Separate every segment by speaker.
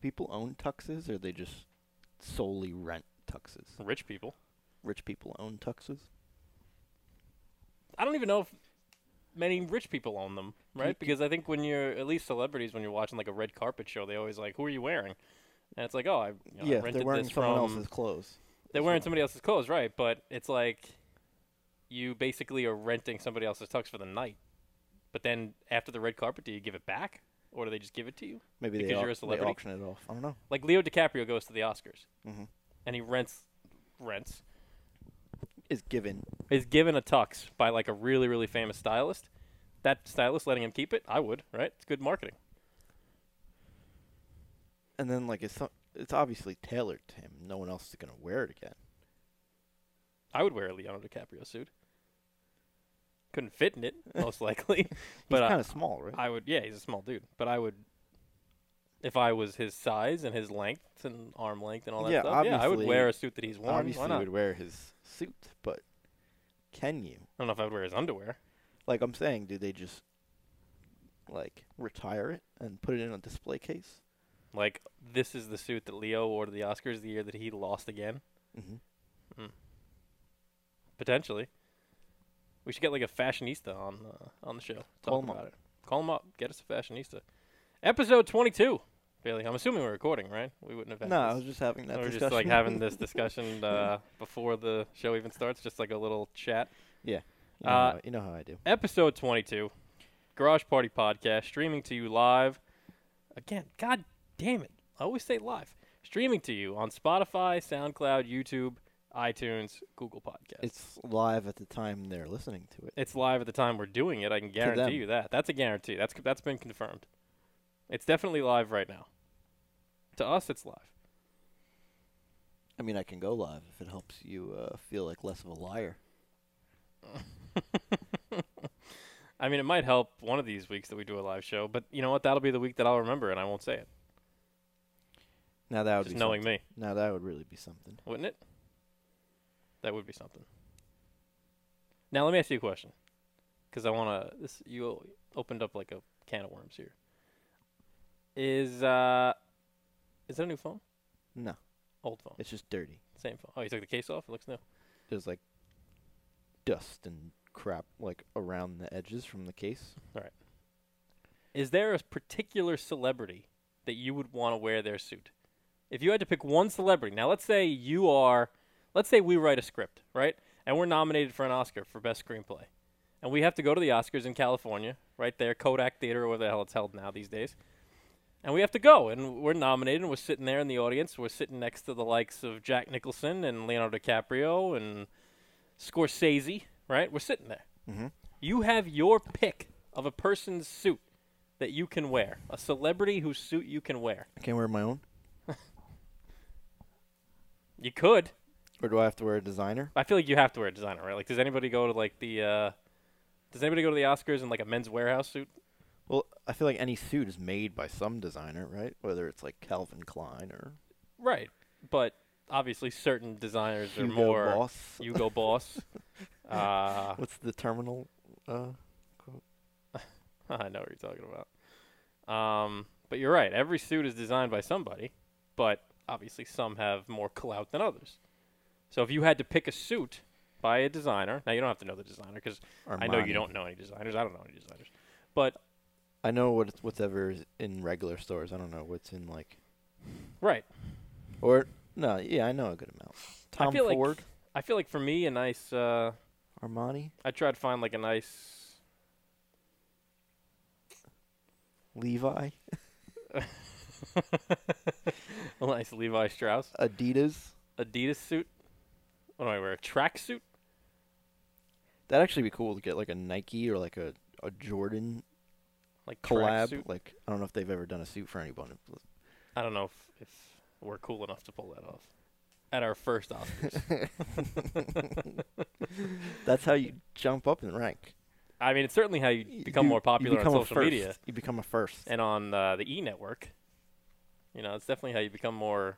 Speaker 1: people own tuxes, or they just solely rent tuxes?
Speaker 2: Rich people.
Speaker 1: Rich people own tuxes.
Speaker 2: I don't even know if many rich people own them, right? Because I think when you're at least celebrities, when you're watching like a red carpet show, they always like, "Who are you wearing?" And it's like, "Oh, I, you know, I
Speaker 1: yeah, if
Speaker 2: rented
Speaker 1: they're wearing
Speaker 2: this
Speaker 1: someone
Speaker 2: from
Speaker 1: else's clothes.
Speaker 2: they're wearing somebody else's clothes, right? But it's like you basically are renting somebody else's tux for the night. But then after the red carpet, do you give it back, or do they just give it to you?
Speaker 1: Maybe they,
Speaker 2: because
Speaker 1: au-
Speaker 2: you're a
Speaker 1: they
Speaker 2: celebrity.
Speaker 1: auction it off. I don't know.
Speaker 2: Like Leo DiCaprio goes to the Oscars,
Speaker 1: Mhm.
Speaker 2: and he rents rents
Speaker 1: Is given.
Speaker 2: is given a tux by like a really really famous stylist. That stylist letting him keep it, I would, right? It's good marketing.
Speaker 1: And then like it's so- it's obviously tailored to him. No one else is gonna wear it again.
Speaker 2: I would wear a Leonardo DiCaprio suit. Couldn't fit in it, most likely. but
Speaker 1: He's
Speaker 2: I,
Speaker 1: kind of small, right?
Speaker 2: I would, yeah, he's a small dude. But I would, if I was his size and his length and arm length and all that
Speaker 1: Yeah,
Speaker 2: stuff, yeah, I would
Speaker 1: obviously-
Speaker 2: wear a suit that he's worn. Why
Speaker 1: obviously,
Speaker 2: not?
Speaker 1: would wear his suit, but can you?
Speaker 2: I don't know if I would wear his underwear.
Speaker 1: Like I'm saying, do they just like retire it and put it in a display case?
Speaker 2: Like, this is the suit that Leo wore to the Oscars the year that he lost again,
Speaker 1: Mm-hmm.
Speaker 2: potentially. We should get like a fashionista on uh, on the show. Talk
Speaker 1: Call him
Speaker 2: about
Speaker 1: up.
Speaker 2: it. Call him up. Get us a fashionista. Episode twenty-two. Bailey, I'm assuming we're recording, right? We wouldn't have. had
Speaker 1: No,
Speaker 2: this.
Speaker 1: I was just having that
Speaker 2: We're
Speaker 1: discussion.
Speaker 2: just like having this discussion uh, before the show even starts, just like a little chat.
Speaker 1: you, know
Speaker 2: uh,
Speaker 1: how, you know how I do.
Speaker 2: Episode 22, Garage Party Podcast, streaming to you live. Again, god damn it. I always say live. Streaming to you on Spotify, SoundCloud, YouTube, iTunes, Google Podcasts.
Speaker 1: It's live at the time they're listening to it.
Speaker 2: It's live at the time we're doing it. I can
Speaker 1: them.
Speaker 2: guarantee you that. That's a guarantee. That's that's been confirmed. It's definitely live right now. To us, it's live.
Speaker 1: I mean, I can go live if it helps you uh, feel like less of a liar.
Speaker 2: I mean, it might help one of these weeks that we do a live show, but you know what? That'll be the week that I'll remember, and I won't say it.
Speaker 1: Now that would
Speaker 2: Just
Speaker 1: be
Speaker 2: knowing
Speaker 1: something.
Speaker 2: me,
Speaker 1: Now that would really be something.
Speaker 2: wouldn't it? That would be something. Now, let me ask you a question, because I want to. This you o- opened up like a can of worms here. Is uh, is that a new phone?
Speaker 1: No,
Speaker 2: Old phone,
Speaker 1: it's just dirty.
Speaker 2: same phone. Oh, you took the case off. It looks new.
Speaker 1: There's like dust and crap like around the edges from the case.
Speaker 2: Is there a particular celebrity that you would want to wear their suit? If you had to pick one celebrity, now let's say you are, let's say we write a script, right? And we're nominated for an Oscar for Best Screenplay. And we have to go to the Oscars in California, right there, Kodak Theater, or where the hell it's held now these days. And we have to go, and we're nominated, and we're sitting there in the audience. We're sitting next to the likes of Jack Nicholson and Leonardo DiCaprio and Scorsese, right? We're sitting there.
Speaker 1: Mhm.
Speaker 2: You have your pick of a person's suit that you can wear, a celebrity whose suit you can wear.
Speaker 1: I can't wear my own,
Speaker 2: You could.
Speaker 1: or do I have to wear a designer?
Speaker 2: I feel like you have to wear a designer, right? Like, does anybody go to like the, uh, does anybody go to the Oscars in like a men's warehouse suit?
Speaker 1: Well, I feel like any suit is made by some designer, right? Whether it's like Calvin Klein or
Speaker 2: Right, but obviously certain designers are
Speaker 1: Hugo
Speaker 2: more
Speaker 1: Boss.
Speaker 2: Hugo Boss. uh,
Speaker 1: What's the terminal? Uh, quote?
Speaker 2: I know what you're talking about. Um, but you're right. Every suit is designed by somebody, but obviously some have more clout than others. So if you had to pick a suit by a designer, now you don't have to know the designer because I know you
Speaker 1: Armani.
Speaker 2: don't know any designers. I don't know any designers. But
Speaker 1: I know what it's, whatever is in regular stores. I don't know what's in like
Speaker 2: right,
Speaker 1: or no. Yeah, I know a good amount. Tom
Speaker 2: I feel
Speaker 1: Ford,
Speaker 2: like I feel like for me a nice. Uh,
Speaker 1: Armani,
Speaker 2: I try to find like a nice.
Speaker 1: Levi,
Speaker 2: A nice Levi Strauss
Speaker 1: Adidas.
Speaker 2: Adidas suit. What do I wear? A track suit?
Speaker 1: That'd actually be cool to get like a Nike or like a, a Jordan
Speaker 2: Like track
Speaker 1: collab.
Speaker 2: suit?
Speaker 1: Like I don't know if they've ever done a suit for anyone.
Speaker 2: I don't know if, if we're cool enough to pull that off at our first Oscars.
Speaker 1: That's how you jump up in rank.
Speaker 2: I mean, it's certainly how you
Speaker 1: You
Speaker 2: become
Speaker 1: do-
Speaker 2: more
Speaker 1: you
Speaker 2: popular
Speaker 1: become a
Speaker 2: on social
Speaker 1: first.
Speaker 2: media
Speaker 1: You become a first.
Speaker 2: and on uh, the E Network. You know, it's definitely how you become more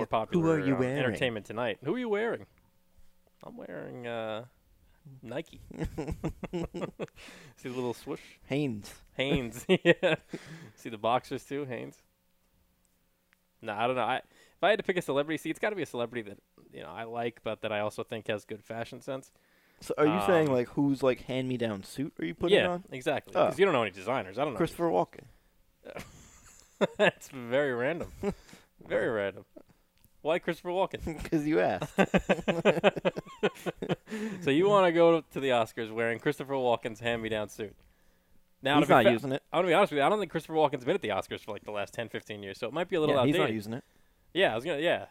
Speaker 1: Yeah, who
Speaker 2: popular.
Speaker 1: are you
Speaker 2: on
Speaker 1: wearing?
Speaker 2: Entertainment Tonight. Who are you wearing? I'm wearing uh, Nike. See the little swoosh.
Speaker 1: Haynes.
Speaker 2: Hanes. yeah. See the boxers too. Hanes. No, I don't know. I, if I had to pick a celebrity, see, it's got to be a celebrity that you know I like, but that I also think has good fashion sense.
Speaker 1: So are you saying
Speaker 2: Um,
Speaker 1: like whose like hand me down suit are you putting
Speaker 2: yeah,
Speaker 1: on?
Speaker 2: exactly.
Speaker 1: Oh.
Speaker 2: Because you don't know any designers. I don't know.
Speaker 1: Christopher Walken.
Speaker 2: That's very random. very random. Why Christopher Walken?
Speaker 1: Because you asked.
Speaker 2: so you want to go to the Oscars wearing Christopher Walken's hand-me-down suit? Now,
Speaker 1: he's
Speaker 2: to be
Speaker 1: not
Speaker 2: fa-
Speaker 1: using it.
Speaker 2: I'm gonna be honest with you. I don't think Christopher Walken's been at the Oscars for like the last 10, 15 years, so it might be a little
Speaker 1: yeah, he's
Speaker 2: outdated.
Speaker 1: not using it.
Speaker 2: yeah, I was gonna. Yeah,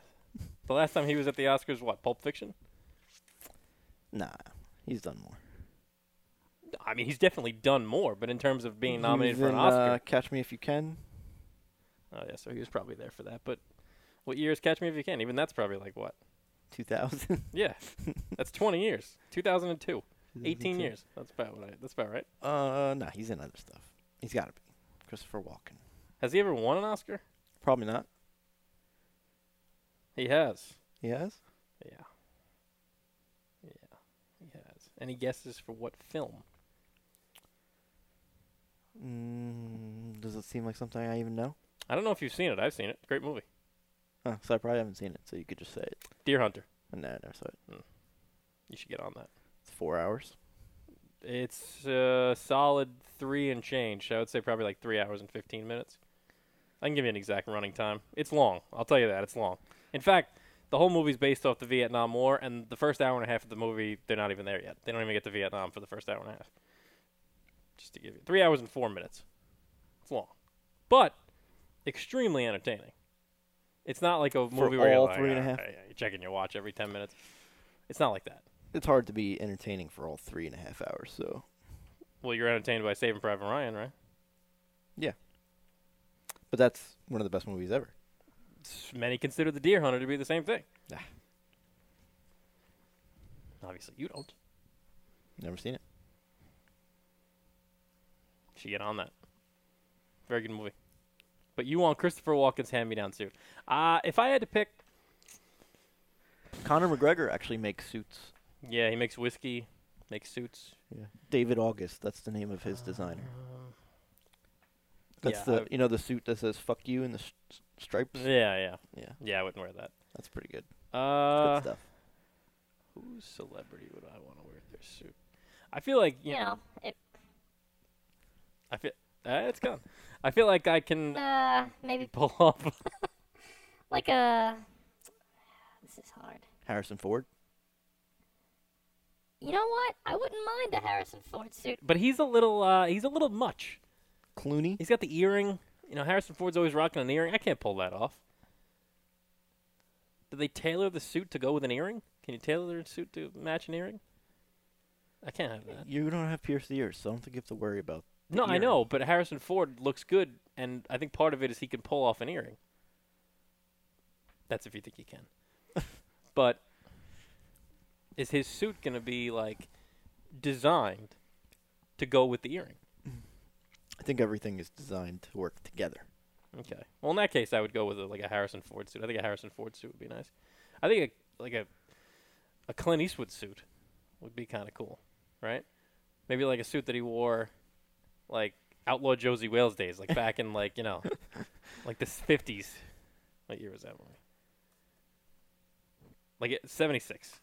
Speaker 2: the last time he was at the Oscars, what? Pulp Fiction.
Speaker 1: Nah, he's done more.
Speaker 2: I mean, he's definitely done more, but in terms of being
Speaker 1: He
Speaker 2: nominated
Speaker 1: was
Speaker 2: for an
Speaker 1: in,
Speaker 2: Oscar,
Speaker 1: Uh, Catch Me If You Can.
Speaker 2: oh yeah, so he was probably there for that. But what year is Catch Me If You Can? Even that's probably like what?
Speaker 1: 2000.
Speaker 2: Yeah, that's 20 years. 2002. 18 years. That's about what I, that's about right.
Speaker 1: Uh, nah, he's in other stuff. He's got to be. Christopher Walken.
Speaker 2: Has he ever won an Oscar?
Speaker 1: Probably not.
Speaker 2: He has.
Speaker 1: He has?
Speaker 2: Yeah. Yeah. He has. Any guesses for what film?
Speaker 1: Mm, does it seem like something I even know?
Speaker 2: I don't know if you've seen it. I've seen it. Great movie.
Speaker 1: Huh, so I probably haven't seen it, so you could just say it.
Speaker 2: Deer Hunter.
Speaker 1: No, I never saw it.
Speaker 2: You should get on that.
Speaker 1: It's four hours.
Speaker 2: It's uh, solid three and change. I would say probably like three hours and 15 minutes. I can give you an exact running time. It's long. I'll tell you that. It's long. In fact, the whole movie's based off the Vietnam War, and the first hour and a half of the movie, they're not even there yet. They don't even get to Vietnam for the first hour and a half. Just to give you three hours and four minutes. It's long, but extremely entertaining. It's not like a movie where
Speaker 1: all
Speaker 2: you're
Speaker 1: three
Speaker 2: like,
Speaker 1: and a
Speaker 2: "Ah,
Speaker 1: half?"
Speaker 2: yeah, you're checking your watch every 10 minutes. It's not like that.
Speaker 1: It's hard to be entertaining for all three and a half hours, so.
Speaker 2: Well, you're entertained by Saving Private Ryan, right?
Speaker 1: But that's one of the best movies ever.
Speaker 2: s- many consider the deer hunter to be the same thing.
Speaker 1: Ah.
Speaker 2: Obviously, you don't.
Speaker 1: Never seen it.
Speaker 2: Should get on that. Very good movie. But you want Christopher Walken's hand-me-down suit? Uh, if I had to pick,
Speaker 1: Conor McGregor actually makes suits.
Speaker 2: yeah, he makes whiskey, makes suits.
Speaker 1: Yeah. David August, that's the name of his designer.
Speaker 2: Um,
Speaker 1: That's
Speaker 2: yeah,
Speaker 1: the
Speaker 2: I-
Speaker 1: you know the suit that says "fuck you" and the s s- stripes.
Speaker 2: yeah, yeah,
Speaker 1: Yeah,
Speaker 2: yeah. I wouldn't wear that.
Speaker 1: that's pretty good.
Speaker 2: Uh,
Speaker 1: good stuff.
Speaker 2: whose celebrity would I want to wear their suit? I feel like you know.
Speaker 3: it,
Speaker 2: I feel uh, it's gone. I feel like I can
Speaker 3: uh, maybe
Speaker 2: pull off.
Speaker 3: like a. This is hard.
Speaker 1: Harrison Ford.
Speaker 3: You know what? I wouldn't mind a Harrison Ford suit.
Speaker 2: But he's a little. Uh, he's a little much.
Speaker 1: Clooney.
Speaker 2: He's got the earring. You know, Harrison Ford's always rocking an earring. I can't pull that off. Did they tailor the suit to go with an earring? Can you tailor a suit to match an earring? I can't have that.
Speaker 1: You don't have pierced ears, so I don't think you have to worry about.
Speaker 2: No, I
Speaker 1: earring.
Speaker 2: know, but Harrison Ford looks good, and I think part of it is he can pull off an earring. That's if you think he can. but is his suit going to be like designed to go with the earring?
Speaker 1: I think everything is designed to work together.
Speaker 2: Okay. Well, in that case, I would go with a, like a Harrison Ford suit. I think a Harrison Ford suit would be nice. I think a, like a a Clint Eastwood suit would be kind of cool, right? Maybe like a suit that he wore, like Outlaw Josie Wales days, like back in like you know, like the fifties. What year was that one? Like seventy six.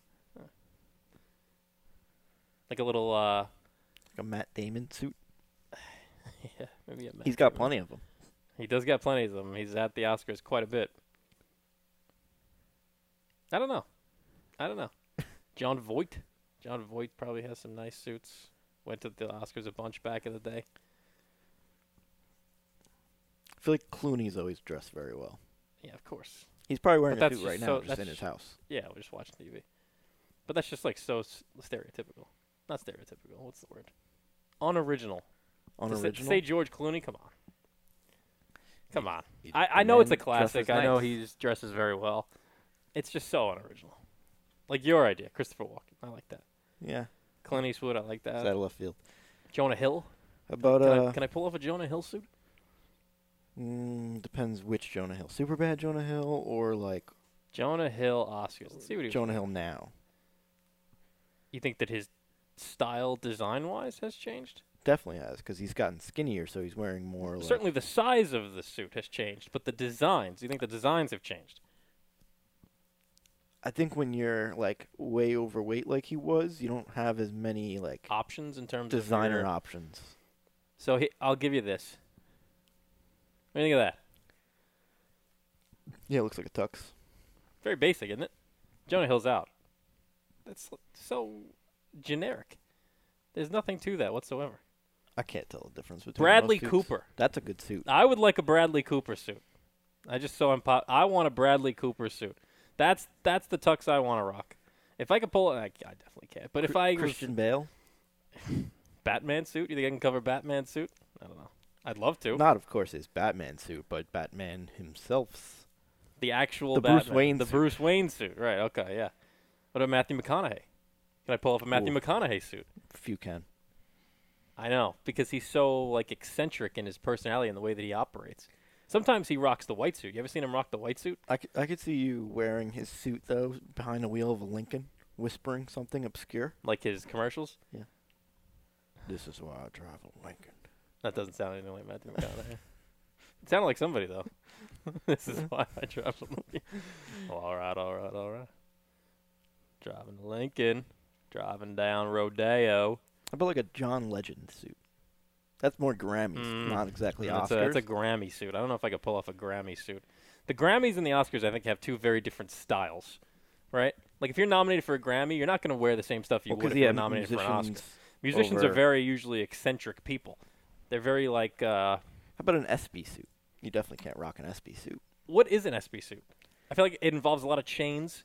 Speaker 2: Like a little, uh,
Speaker 1: Like a Matt Damon suit.
Speaker 2: yeah, maybe a
Speaker 1: He's
Speaker 2: Matt
Speaker 1: got
Speaker 2: Damon.
Speaker 1: plenty of them.
Speaker 2: He does got plenty of them. He's at the Oscars quite a bit. I don't know. I don't know. John Voight. John Voight probably has some nice suits. Went to the Oscars a bunch back in the day.
Speaker 1: I feel like Clooney's always dressed very well.
Speaker 2: Yeah, of course.
Speaker 1: He's probably wearing a
Speaker 2: that's
Speaker 1: suit
Speaker 2: just
Speaker 1: right
Speaker 2: so-
Speaker 1: now, just
Speaker 2: that's
Speaker 1: in his
Speaker 2: just-
Speaker 1: house.
Speaker 2: Yeah, we're just watching TV. But that's just like so s- stereotypical. Not stereotypical. What's the word? Unoriginal.
Speaker 1: On
Speaker 2: To say- to
Speaker 1: original.
Speaker 2: Say George Clooney. Come on. Come on. I, I
Speaker 1: the
Speaker 2: know it's a
Speaker 1: man dresses
Speaker 2: classic. I know
Speaker 1: nice.
Speaker 2: he dresses very well. It's just so unoriginal. Like your idea, Christopher Walken. I like that.
Speaker 1: yeah,
Speaker 2: Clint Eastwood. I like
Speaker 1: it's
Speaker 2: that.
Speaker 1: out of left field.
Speaker 2: Jonah Hill.
Speaker 1: About
Speaker 2: Can,
Speaker 1: uh,
Speaker 2: uh, I, can I pull off a Jonah Hill suit?
Speaker 1: mm, depends which Jonah Hill. Superbad Jonah Hill or like
Speaker 2: Jonah Hill Oscars. Let's see what he.
Speaker 1: Jonah Hill now.
Speaker 2: You think that his style, design wise, has changed?
Speaker 1: Definitely has, because he's gotten skinnier, so he's wearing more. Like,
Speaker 2: Certainly, the size of the suit has changed, but the designs. Do you think the designs have changed?
Speaker 1: I think when you're like way overweight, like he was, you don't have as many like
Speaker 2: Options in terms of
Speaker 1: designer
Speaker 2: your-
Speaker 1: options.
Speaker 2: So he, I'll give you this. What do you think of that?
Speaker 1: Yeah, it looks like a tux.
Speaker 2: Very basic, isn't it? Jonah Hill's out. That's l- so generic. There's nothing to that whatsoever.
Speaker 1: I can't tell the difference between those
Speaker 2: Bradley
Speaker 1: suits.
Speaker 2: Cooper.
Speaker 1: That's a good suit.
Speaker 2: I would like a Bradley Cooper suit. I just saw him pop. I want a Bradley Cooper suit. That's that's the tux I want to rock. If I could pull it, I, I definitely can't. But if
Speaker 1: Cr-
Speaker 2: I was
Speaker 1: Christian Bale,
Speaker 2: Batman suit, you think I can cover Batman suit? I don't know. I'd love to.
Speaker 1: not of course his Batman suit, but Batman himself's.
Speaker 2: the actual
Speaker 1: the Bruce
Speaker 2: Batman,
Speaker 1: Wayne
Speaker 2: the
Speaker 1: suit.
Speaker 2: Bruce Wayne suit. Right. Okay. Yeah. What about Matthew McConaughey? Can I pull off a Matthew
Speaker 1: Ooh.
Speaker 2: McConaughey suit?
Speaker 1: If you can,
Speaker 2: I know because he's so like eccentric in his personality and the way that he operates. Sometimes he rocks the white suit. You ever seen him rock the white suit?
Speaker 1: I, c- I could see you wearing his suit though behind the wheel of a Lincoln, whispering something obscure.
Speaker 2: Like his commercials?
Speaker 1: This is why I drive a Lincoln.
Speaker 2: That doesn't sound anything like Matthew McConaughey. it sounded like somebody though. this is why I drive a Lincoln. all right, all right, all right. Driving to Lincoln, driving down Rodeo.
Speaker 1: How about like a John Legend suit? That's more Grammys,
Speaker 2: Mm.
Speaker 1: not exactly
Speaker 2: That's a,
Speaker 1: Oscars.
Speaker 2: that's a Grammy suit. I don't know if I could pull off a Grammy suit. The Grammys and the Oscars, I think, have two very different styles, right? Like if you're nominated for a Grammy, you're not going to wear the same stuff you
Speaker 1: Well,
Speaker 2: would
Speaker 1: 'cause,
Speaker 2: if you're
Speaker 1: yeah,
Speaker 2: nominated for an Oscar.
Speaker 1: musicians-
Speaker 2: Musicians are
Speaker 1: over-
Speaker 2: very usually eccentric people. They're very like, uh,
Speaker 1: How about an SB suit? You definitely can't rock an SB suit.
Speaker 2: what is an SB suit? I feel like it involves a lot of chains,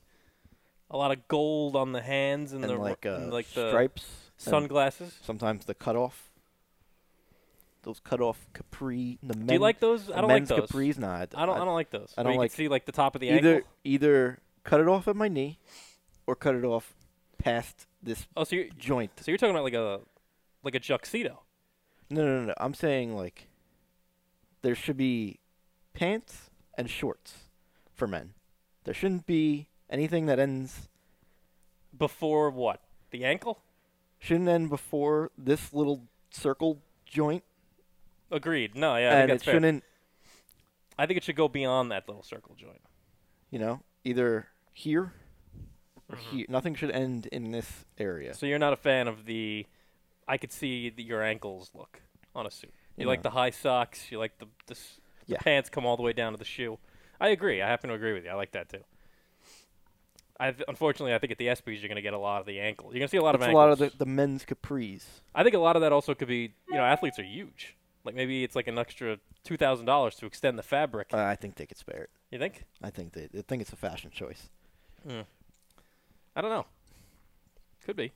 Speaker 2: a lot of gold on the hands, and,
Speaker 1: And
Speaker 2: the r-
Speaker 1: like, uh,
Speaker 2: and, like the
Speaker 1: stripes. and
Speaker 2: sunglasses.
Speaker 1: sometimes the cutoff. Those cutoff capri. The men,
Speaker 2: Do you like those?
Speaker 1: the
Speaker 2: I don't
Speaker 1: men's
Speaker 2: like those.
Speaker 1: capris. Nah, d-
Speaker 2: I don't. I don't like those.
Speaker 1: I
Speaker 2: Where
Speaker 1: don't
Speaker 2: you
Speaker 1: like-
Speaker 2: can see like the top of the
Speaker 1: either
Speaker 2: ankle.
Speaker 1: either cut it off at my knee, or cut it off past this
Speaker 2: Oh, so you're,
Speaker 1: joint.
Speaker 2: So you're talking about like a like a tuxedo.
Speaker 1: No, no, no, no. I'm saying like there should be pants and shorts for men. There shouldn't be anything that ends
Speaker 2: Before what? The ankle?
Speaker 1: shouldn't end before this little circle joint,
Speaker 2: Agreed. No, yeah, I think
Speaker 1: and it
Speaker 2: that's fair.
Speaker 1: shouldn't.
Speaker 2: I think it should go beyond that little circle joint.
Speaker 1: You know, either here or
Speaker 2: Mm-hmm.
Speaker 1: here. Nothing should end in this area.
Speaker 2: So you're not a fan of the I could see the, your ankles look on a suit. You
Speaker 1: No.
Speaker 2: like the high socks, you like the the, s- the
Speaker 1: Yeah.
Speaker 2: pants come all the way down to the shoe. I agree. I happen to agree with you. I like that too. I've, unfortunately, I think at the SBs you're going to get a lot of the ankle. You're going to see a lot
Speaker 1: That's
Speaker 2: of
Speaker 1: a
Speaker 2: ankles.
Speaker 1: lot of the, the men's capris.
Speaker 2: I think a lot of that also could be, you know, athletes are huge. Like maybe it's like an extra two thousand dollars to extend the fabric.
Speaker 1: Uh, I think they could spare it.
Speaker 2: you think?
Speaker 1: I think they, I think it's a fashion choice.
Speaker 2: I don't know. Could be.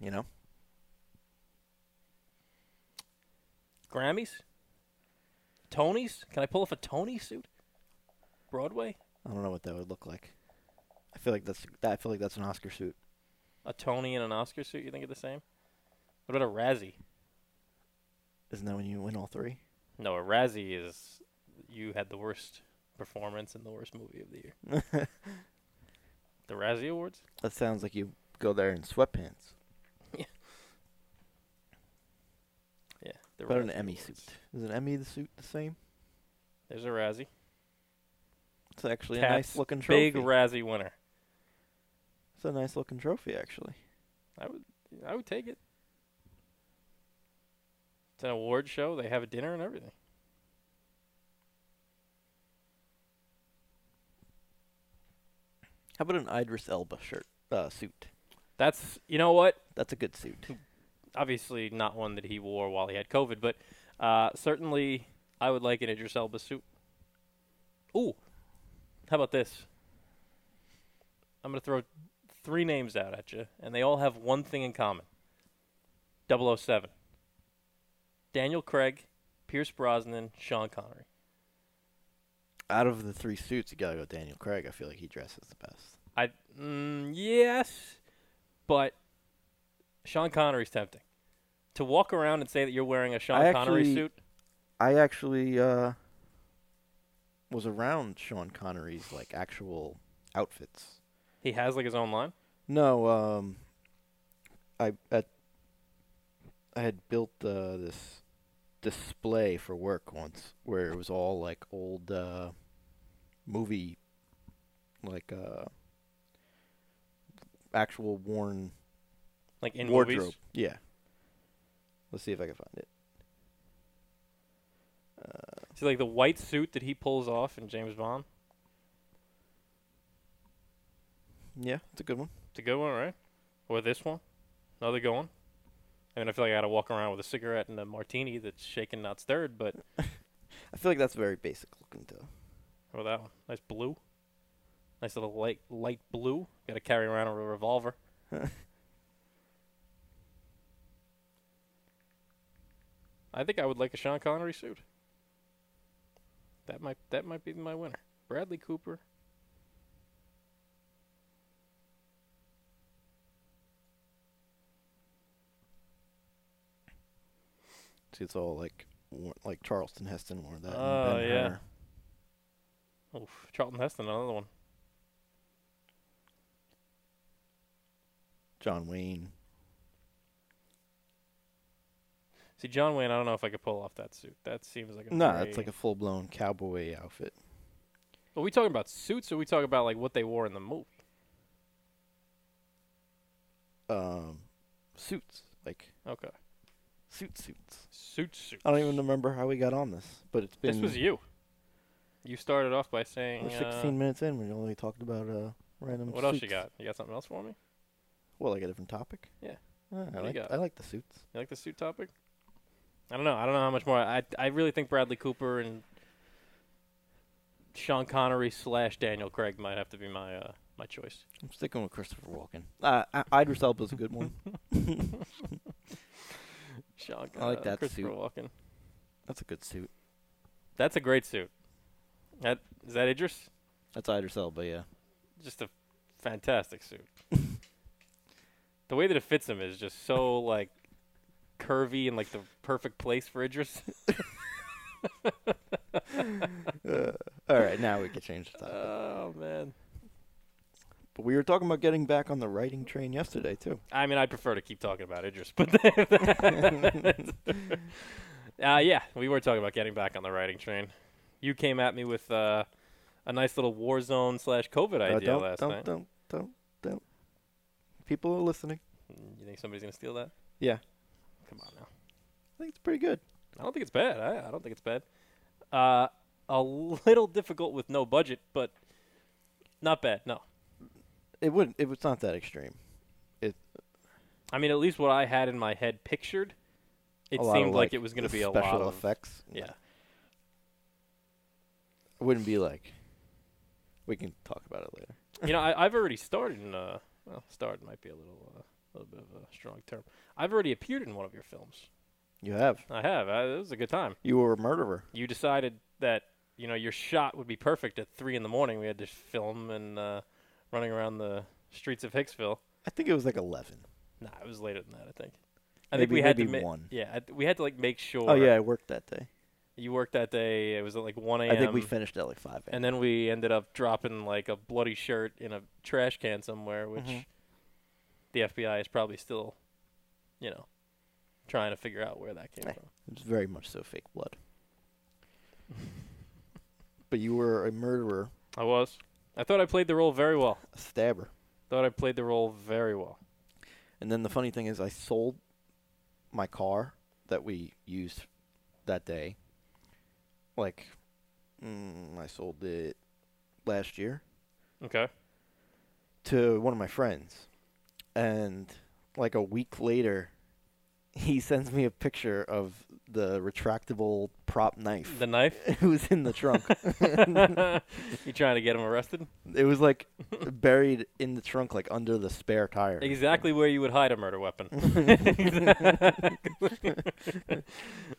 Speaker 1: You know,
Speaker 2: Grammys? Tony's? Can I pull off a Tony suit? Broadway?
Speaker 1: I don't know what that would look like. I feel like that's that, I feel like that's an Oscar suit.
Speaker 2: A Tony and an Oscar suit, you think are the same? What about a Razzie?
Speaker 1: Isn't that when you win all three?
Speaker 2: No, a Razzie is you had the worst performance and the worst movie of the year. The Razzie Awards?
Speaker 1: That sounds like you go there in sweatpants.
Speaker 2: Yeah. The
Speaker 1: What about an
Speaker 2: Razzie
Speaker 1: Emmy
Speaker 2: Awards.
Speaker 1: suit? Is an Emmy the suit the same?
Speaker 2: There's a Razzie.
Speaker 1: It's actually a
Speaker 2: Pat's
Speaker 1: nice looking trophy.
Speaker 2: Big Razzie winner.
Speaker 1: it's a nice looking trophy actually.
Speaker 2: I would I would take it. It's an award show, they have a dinner and everything.
Speaker 1: How about an Idris Elba shirt uh, suit?
Speaker 2: That's you know what?
Speaker 1: That's a good suit.
Speaker 2: obviously not one that he wore while he had COVID, but uh, certainly I would like an Idris Elba suit. Ooh, how about this? I'm going to throw three names out at you, and they all have one thing in common 007. Daniel Craig, Pierce Brosnan, Sean Connery.
Speaker 1: Out of the three suits, you gotta go Daniel Craig. I feel like he dresses the best.
Speaker 2: I mm, yes, but Sean Connery's tempting. To walk around and say that you're wearing a Sean
Speaker 1: I
Speaker 2: Connery
Speaker 1: actually-
Speaker 2: suit,
Speaker 1: I actually uh, was around Sean Connery's like actual outfits.
Speaker 2: he
Speaker 1: um,
Speaker 2: has like his own line.
Speaker 1: No, um, I at I had built uh, this display for work once, where it was all like old uh, movie, like uh, actual worn
Speaker 2: like in
Speaker 1: wardrobe.
Speaker 2: movies.
Speaker 1: Yeah. Let's see if I can find it. Uh,
Speaker 2: See, like the white suit that he pulls off in James Bond.
Speaker 1: Yeah, it's a good one.
Speaker 2: It's a good one, right? Or this one, another good one. I mean, I feel like I gotta walk around with a cigarette and a martini that's shaken, not stirred. But
Speaker 1: I feel like that's very basic looking though.
Speaker 2: or that one, nice blue, nice little light light blue. Got to carry around a revolver. I think I would like a Sean Connery suit. That might that might be my winner. Bradley Cooper.
Speaker 1: See, it's all like wor- like Charleston Heston wore that. and
Speaker 2: Oh,
Speaker 1: Ben
Speaker 2: yeah.
Speaker 1: Hur.
Speaker 2: Oof, Charlton Heston, another one.
Speaker 1: John Wayne.
Speaker 2: See, John Wayne, I don't know if I could pull off that suit. That seems like a
Speaker 1: No, it's
Speaker 2: very-
Speaker 1: like a full blown cowboy outfit.
Speaker 2: Are we talking about suits, or we talking about like what they wore in the movie?
Speaker 1: Um, suits like
Speaker 2: Okay,
Speaker 1: suit suits.
Speaker 2: suit suits.
Speaker 1: I don't even remember how we got on this, but it's been
Speaker 2: This was you. You started off by saying
Speaker 1: we're
Speaker 2: uh,
Speaker 1: 16 minutes in. We only talked about uh random.
Speaker 2: What else you
Speaker 1: suits.
Speaker 2: got? You got something else for me?
Speaker 1: Well, like a different topic.
Speaker 2: Yeah.
Speaker 1: Uh, I
Speaker 2: you
Speaker 1: like
Speaker 2: got?
Speaker 1: I like the suits.
Speaker 2: You like the suit topic? I don't know. I don't know how much more. I I really think Bradley Cooper and Sean Connery slash Daniel Craig might have to be my uh, my choice.
Speaker 1: I'm sticking with Christopher Walken. Uh, I- Idris Elba's a good one.
Speaker 2: Sean.
Speaker 1: I like
Speaker 2: uh,
Speaker 1: that
Speaker 2: Christopher
Speaker 1: suit.
Speaker 2: Walken.
Speaker 1: That's a good suit.
Speaker 2: That's a great suit. That is that Idris?
Speaker 1: That's Idris Elba, yeah.
Speaker 2: Just a fantastic suit. the way that it fits him is just so like curvy and like the perfect place for Idris.
Speaker 1: Uh, All right, now we can change the topic.
Speaker 2: oh man.
Speaker 1: uh, But we were talking about getting back on the writing train yesterday too.
Speaker 2: I mean, I prefer to keep talking about Idris, but uh, yeah, we were talking about getting back on the writing train. You came at me with uh, a nice little war zone slash COVID
Speaker 1: Uh,
Speaker 2: idea
Speaker 1: don't,
Speaker 2: last
Speaker 1: don't,
Speaker 2: night.
Speaker 1: don't, don't, don't. People are listening.
Speaker 2: You think somebody's gonna steal that?
Speaker 1: Yeah,
Speaker 2: Come on now.
Speaker 1: I think it's pretty good.
Speaker 2: I don't think it's bad. I, I don't think it's bad. Uh, a little difficult with no budget, but not bad. No,
Speaker 1: It wouldn't. It was not that extreme.
Speaker 2: I mean at least what I had in my head pictured, it
Speaker 1: A lot of,
Speaker 2: seemed like, it was gonna
Speaker 1: the
Speaker 2: be a
Speaker 1: special
Speaker 2: lot of
Speaker 1: effects.
Speaker 2: Yeah,
Speaker 1: it wouldn't be like. We can talk about it later.
Speaker 2: you know, I, I've already started in. Uh, well, started might be a little, uh, little bit of a strong term. I've already appeared in one of your films.
Speaker 1: You have.
Speaker 2: I have. I, it was a good time.
Speaker 1: You were a murderer.
Speaker 2: You decided that you know your shot would be perfect at three in the morning. We had to film and uh, running around the streets of Hicksville.
Speaker 1: I think it was like eleven.
Speaker 2: Nah, it was later than that. I think. I think
Speaker 1: Maybe-
Speaker 2: we had
Speaker 1: maybe
Speaker 2: to ma-
Speaker 1: one.
Speaker 2: Yeah, I th- we had to like make sure.
Speaker 1: Oh yeah, I worked that day.
Speaker 2: You worked that day. It was at like one a.m.
Speaker 1: I think we finished at like five.
Speaker 2: and then we ended up dropping like a bloody shirt in a trash can somewhere, which
Speaker 1: Mhm.
Speaker 2: the FBI is probably still, you know, trying to figure out where that came
Speaker 1: Eh.
Speaker 2: from.
Speaker 1: It's very much so fake blood. but you were a murderer,
Speaker 2: I was. I thought I played the role very well.
Speaker 1: a stabber.
Speaker 2: Thought I played the role very well.
Speaker 1: And then the funny thing is, I sold my car that we used that day. Like, mm, I sold it last year
Speaker 2: Okay.
Speaker 1: to one of my friends. And like a week later, he sends me a picture of the retractable prop knife
Speaker 2: The knife.
Speaker 1: it was in the trunk.
Speaker 2: you trying to get him arrested?
Speaker 1: it was like buried in the trunk, like under the spare tire.
Speaker 2: Exactly where you would hide a murder weapon. Exactly.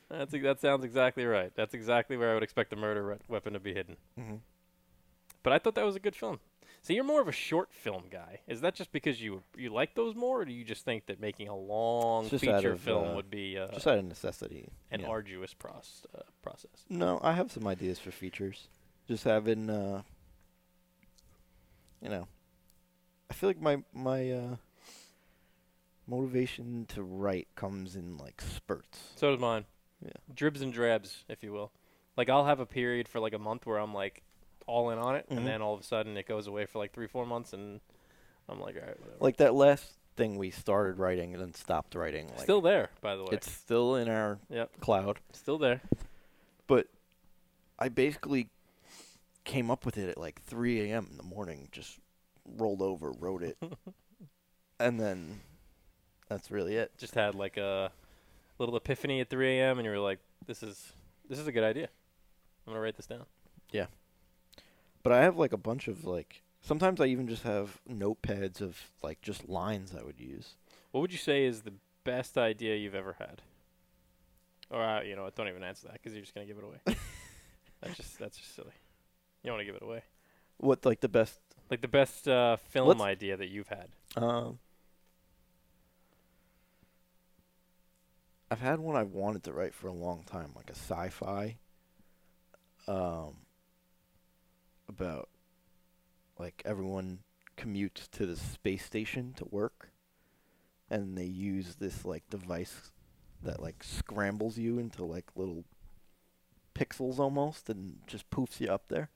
Speaker 2: That's, e, that sounds exactly right. That's exactly where I would expect a murder re- weapon to be hidden.
Speaker 1: Mhm.
Speaker 2: But I thought that was a good film. So you're more of a short film guy. Is that just because you you like those more, or do you just think that making a long
Speaker 1: It's just out
Speaker 2: feature
Speaker 1: of,
Speaker 2: film
Speaker 1: uh,
Speaker 2: would be uh,
Speaker 1: Just out of necessity.
Speaker 2: an
Speaker 1: you know.
Speaker 2: arduous proce- uh, process?
Speaker 1: No, I have some ideas for features. Just having, uh, you know, I feel like my my uh, Motivation to write comes in like spurts.
Speaker 2: So does mine.
Speaker 1: Yeah.
Speaker 2: Dribs and drabs, if you will. Like I'll have a period for like a month where I'm like all in on it,
Speaker 1: Mhm.
Speaker 2: and then all of a sudden it goes away for like three, four months, and I'm like, all right, whatever.
Speaker 1: Like that last thing we started writing and then stopped writing. Like
Speaker 2: still there, by the way.
Speaker 1: it's still in our
Speaker 2: Yep.
Speaker 1: cloud.
Speaker 2: still there.
Speaker 1: But I basically came up with it at like 3 a.m. in the morning. Just rolled over, wrote it, and then that's really it.
Speaker 2: Just had like a little epiphany at 3 a.m. and you were like, this is this is a good idea. I'm gonna write this down.
Speaker 1: But I have like a bunch of like. Sometimes I even just have notepads of like just lines I would use.
Speaker 2: What would you say is the best idea you've ever had? Or uh, you know, what, don't even answer that because you're just gonna give it away. that's just that's just silly. You don't want to give it away.
Speaker 1: What like the best?
Speaker 2: Like the best uh, film
Speaker 1: Let's-
Speaker 2: idea that you've had.
Speaker 1: Um, I've had one I wanted to write for a long time, like a sci-fi. Um, about like everyone commutes to the space station to work, and they use this like device that like scrambles you into like little pixels almost and just poofs you up there.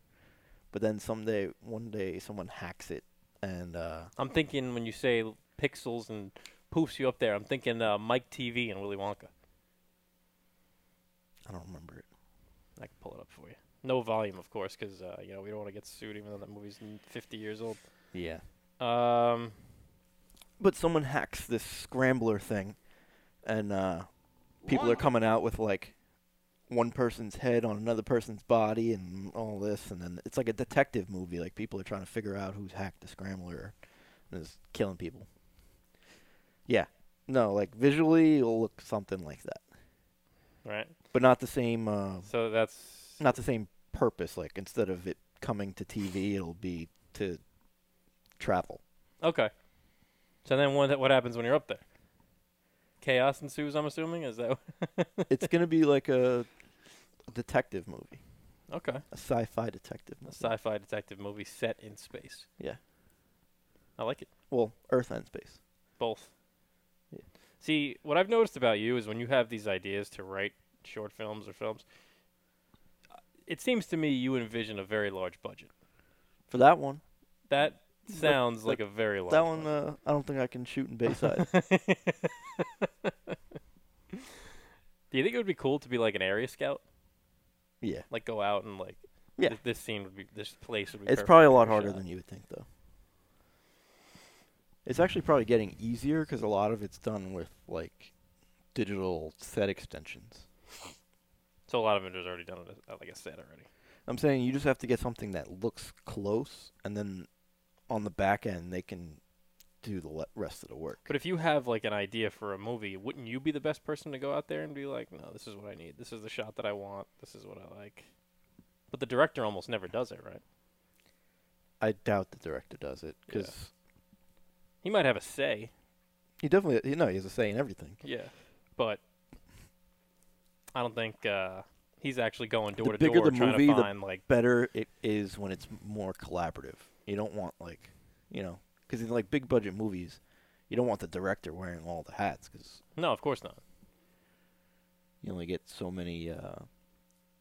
Speaker 1: But then someday, one day, someone hacks it and uh,
Speaker 2: I'm thinking when you say l- pixels and poofs you up there, I'm thinking uh, Mike TV and Willy Wonka.
Speaker 1: I don't remember it.
Speaker 2: I can pull it up for you. No volume, of course, because uh, you know we don't want to get sued, even though that movie's n- 50 years old.
Speaker 1: Yeah.
Speaker 2: Um,
Speaker 1: But someone hacks this scrambler thing, and uh, people are coming out with like one person's head on another person's body and all this, and then it's like a detective movie. Like people are trying to figure out who's hacked the scrambler and is killing people. Yeah. No, like visually, it'll look something like that,
Speaker 2: right.
Speaker 1: but not the same. Uh,
Speaker 2: So that's
Speaker 1: not the same purpose. Like instead of it coming to TV, it'll be to travel.
Speaker 2: okay. So then what what happens when you're up there? Chaos ensues. I'm assuming is that
Speaker 1: it's gonna be like a detective movie,
Speaker 2: okay?
Speaker 1: a sci-fi detective
Speaker 2: A
Speaker 1: movie.
Speaker 2: sci-fi detective movie set in space.
Speaker 1: Yeah.
Speaker 2: I like it.
Speaker 1: well, Earth and space.
Speaker 2: Both.
Speaker 1: Yeah.
Speaker 2: See, what I've noticed about you is when you have these ideas to write short films or films, uh, it seems to me you envision a very large budget.
Speaker 1: For that one,
Speaker 2: That
Speaker 1: Look-
Speaker 2: sounds like a very large.
Speaker 1: that one, uh, I don't think I can shoot in Bayside.
Speaker 2: budget. Do you think it would be cool to be like an area scout?
Speaker 1: yeah,
Speaker 2: Like go out and like.
Speaker 1: Yeah.
Speaker 2: thi- This scene would be. This place would be.
Speaker 1: it's
Speaker 2: perfect
Speaker 1: probably a
Speaker 2: for
Speaker 1: lot harder
Speaker 2: shot.
Speaker 1: than you would think, though. It's actually probably getting easier because a lot of it's done with like digital set extensions.
Speaker 2: So a lot of it is already done. on a- Like I said already.
Speaker 1: I'm saying you just have to get something that looks close, and then on the back end they can do the le- rest of the work.
Speaker 2: But if you have like an idea for a movie, wouldn't you be the best person to go out there and be like, "No, this is what I need. This is the shot that I want. This is what I like." But the director almost never does it, right?
Speaker 1: I doubt the director does it
Speaker 2: Yeah.
Speaker 1: because.
Speaker 2: He might have a say,
Speaker 1: He definitely, you know, he has a say in everything.
Speaker 2: yeah, but I don't think uh, he's actually going door to
Speaker 1: bigger
Speaker 2: door
Speaker 1: the
Speaker 2: trying
Speaker 1: movie,
Speaker 2: to
Speaker 1: the-
Speaker 2: find like
Speaker 1: Better it is when it's more collaborative. You don't want like, you know, because in like big budget movies, you don't want the director wearing all the hats because
Speaker 2: no, of course not.
Speaker 1: you only get so many uh,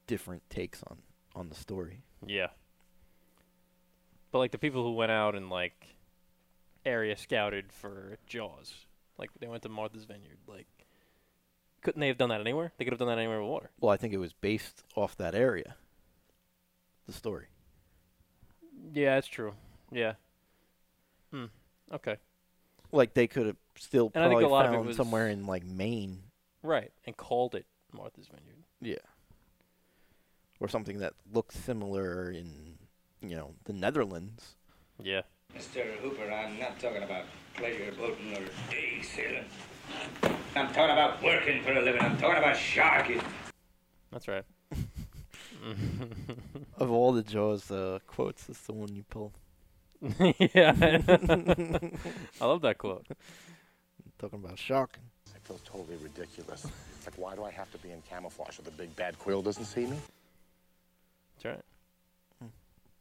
Speaker 1: different takes on on the story.
Speaker 2: Yeah. But like the people who went out and like area scouted for Jaws, like they went to Martha's Vineyard, like couldn't they have done that anywhere? They could have done that anywhere with water.
Speaker 1: Well, I think it was based off that area. The story.
Speaker 2: Yeah, that's true. Yeah. Hmm. Okay.
Speaker 1: Like they could have still
Speaker 2: And I
Speaker 1: probably
Speaker 2: think a lot of it
Speaker 1: found
Speaker 2: was-
Speaker 1: somewhere in like Maine.
Speaker 2: Right. And called it Martha's Vineyard.
Speaker 1: Yeah. Or something that looked similar in, you know, the Netherlands.
Speaker 2: Yeah.
Speaker 4: Mr. Hooper, I'm not talking about pleasure boating or day sailing. I'm talking about working for a living. I'm talking about sharking.
Speaker 2: That's right.
Speaker 1: Of all the Jaws uh, quotes, that's the one you pull.
Speaker 2: yeah. I love that quote.
Speaker 1: Talking about shocking.
Speaker 5: I feel totally ridiculous. It's like, why do I have to be in camouflage so the big bad quill doesn't see me?
Speaker 2: That's right.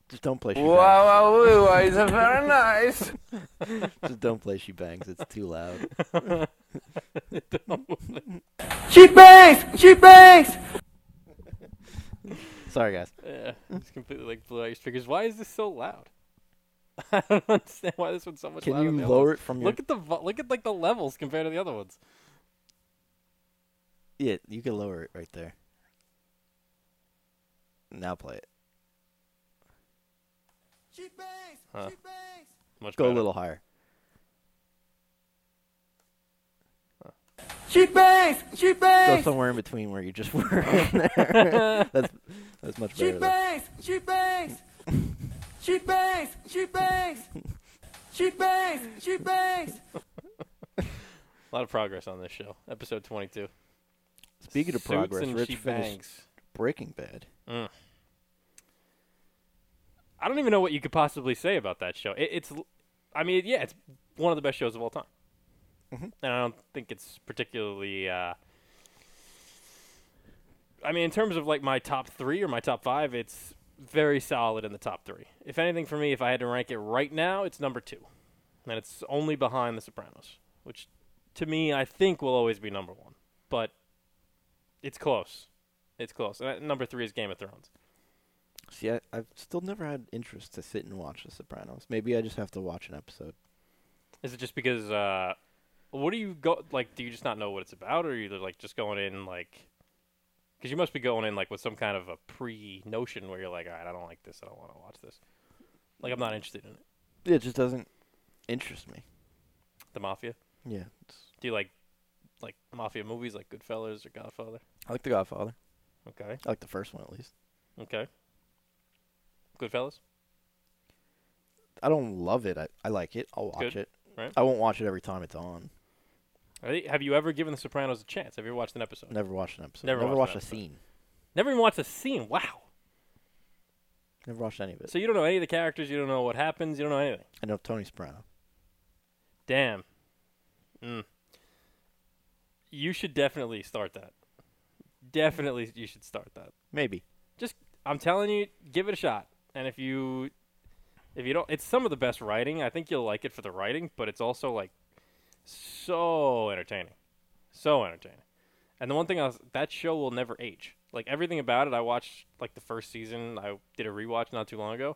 Speaker 1: Just don't play she
Speaker 6: Wow,
Speaker 1: bangs.
Speaker 6: wow, woo, wow, it's a very nice.
Speaker 1: Just don't play she bangs. It's too loud. Sorry guys.
Speaker 2: Yeah, it's completely like Blue Ice Triggers. Why is this so loud? I don't understand why this one's so much
Speaker 1: Can
Speaker 2: louder.
Speaker 1: you
Speaker 2: than the other
Speaker 1: lower
Speaker 2: ones.
Speaker 1: it from your?
Speaker 2: Look at the vo- look at like the levels compared to the other ones.
Speaker 1: Yeah, you can lower it right there. Now play it.
Speaker 2: Huh. Much
Speaker 1: Go a
Speaker 2: better.
Speaker 1: little higher. She bangs! She bangs! Go somewhere in between where you just were. in there. that's that's much better. She bangs!
Speaker 2: A lot of progress on this show. Episode 22.
Speaker 1: Speaking of
Speaker 2: Suits
Speaker 1: progress,
Speaker 2: and
Speaker 1: Rich
Speaker 2: she
Speaker 1: finished
Speaker 2: bangs.
Speaker 1: Breaking Bad.
Speaker 2: I don't even know what you could possibly say about that show. It, it's, l- I mean, yeah, it's one of the best shows of all time. And I don't think it's particularly. Uh, I mean, in terms of like my top three or my top five, it's very solid in the top three. If anything, for me, if I had to rank it right now, it's number two, and it's only behind The Sopranos, which to me I think will always be number one. But it's close. It's close. And uh, number three is Game of Thrones.
Speaker 1: See, I, I've still never had interest to sit and watch The Sopranos. Maybe I just have to watch an episode.
Speaker 2: Is it just because uh what do you go like do you just not know what it's about or are you like just going in like cuz you must be going in like with some kind of a pre notion where you're like all right I don't like this I don't want to watch this. Like I'm not interested in it.
Speaker 1: It just doesn't interest me.
Speaker 2: The mafia.
Speaker 1: Yeah. it's-
Speaker 2: Do you like like mafia movies like Goodfellas or Godfather?
Speaker 1: I like The Godfather.
Speaker 2: Okay.
Speaker 1: I like the first one at least.
Speaker 2: Okay. Goodfellas?
Speaker 1: I don't love it. I, I like it. I'll watch
Speaker 2: Good,
Speaker 1: it.
Speaker 2: right?
Speaker 1: I won't watch it every time it's on.
Speaker 2: Are they- Have you ever given The Sopranos a chance? Have you ever watched an episode?
Speaker 1: Never watched an episode.
Speaker 2: Never
Speaker 1: Never,
Speaker 2: watched
Speaker 1: watched,
Speaker 2: an
Speaker 1: a
Speaker 2: episode.
Speaker 1: scene.
Speaker 2: Never even watched a scene. Wow.
Speaker 1: Never watched any of it.
Speaker 2: So you don't know any of the characters, you don't know what happens, you don't know anything.
Speaker 1: I know Tony Soprano.
Speaker 2: Damn. Mm. You should definitely start that. Definitely, you should start that.
Speaker 1: Maybe.
Speaker 2: Just, I'm telling you, give it a shot. And if you, if you don't, it's some of the best writing. I think you'll like it for the writing, but it's also like so entertaining, so entertaining. And the one thing I was, that show will never age. Like everything about it, I watched like the first season. I did a rewatch not too long ago.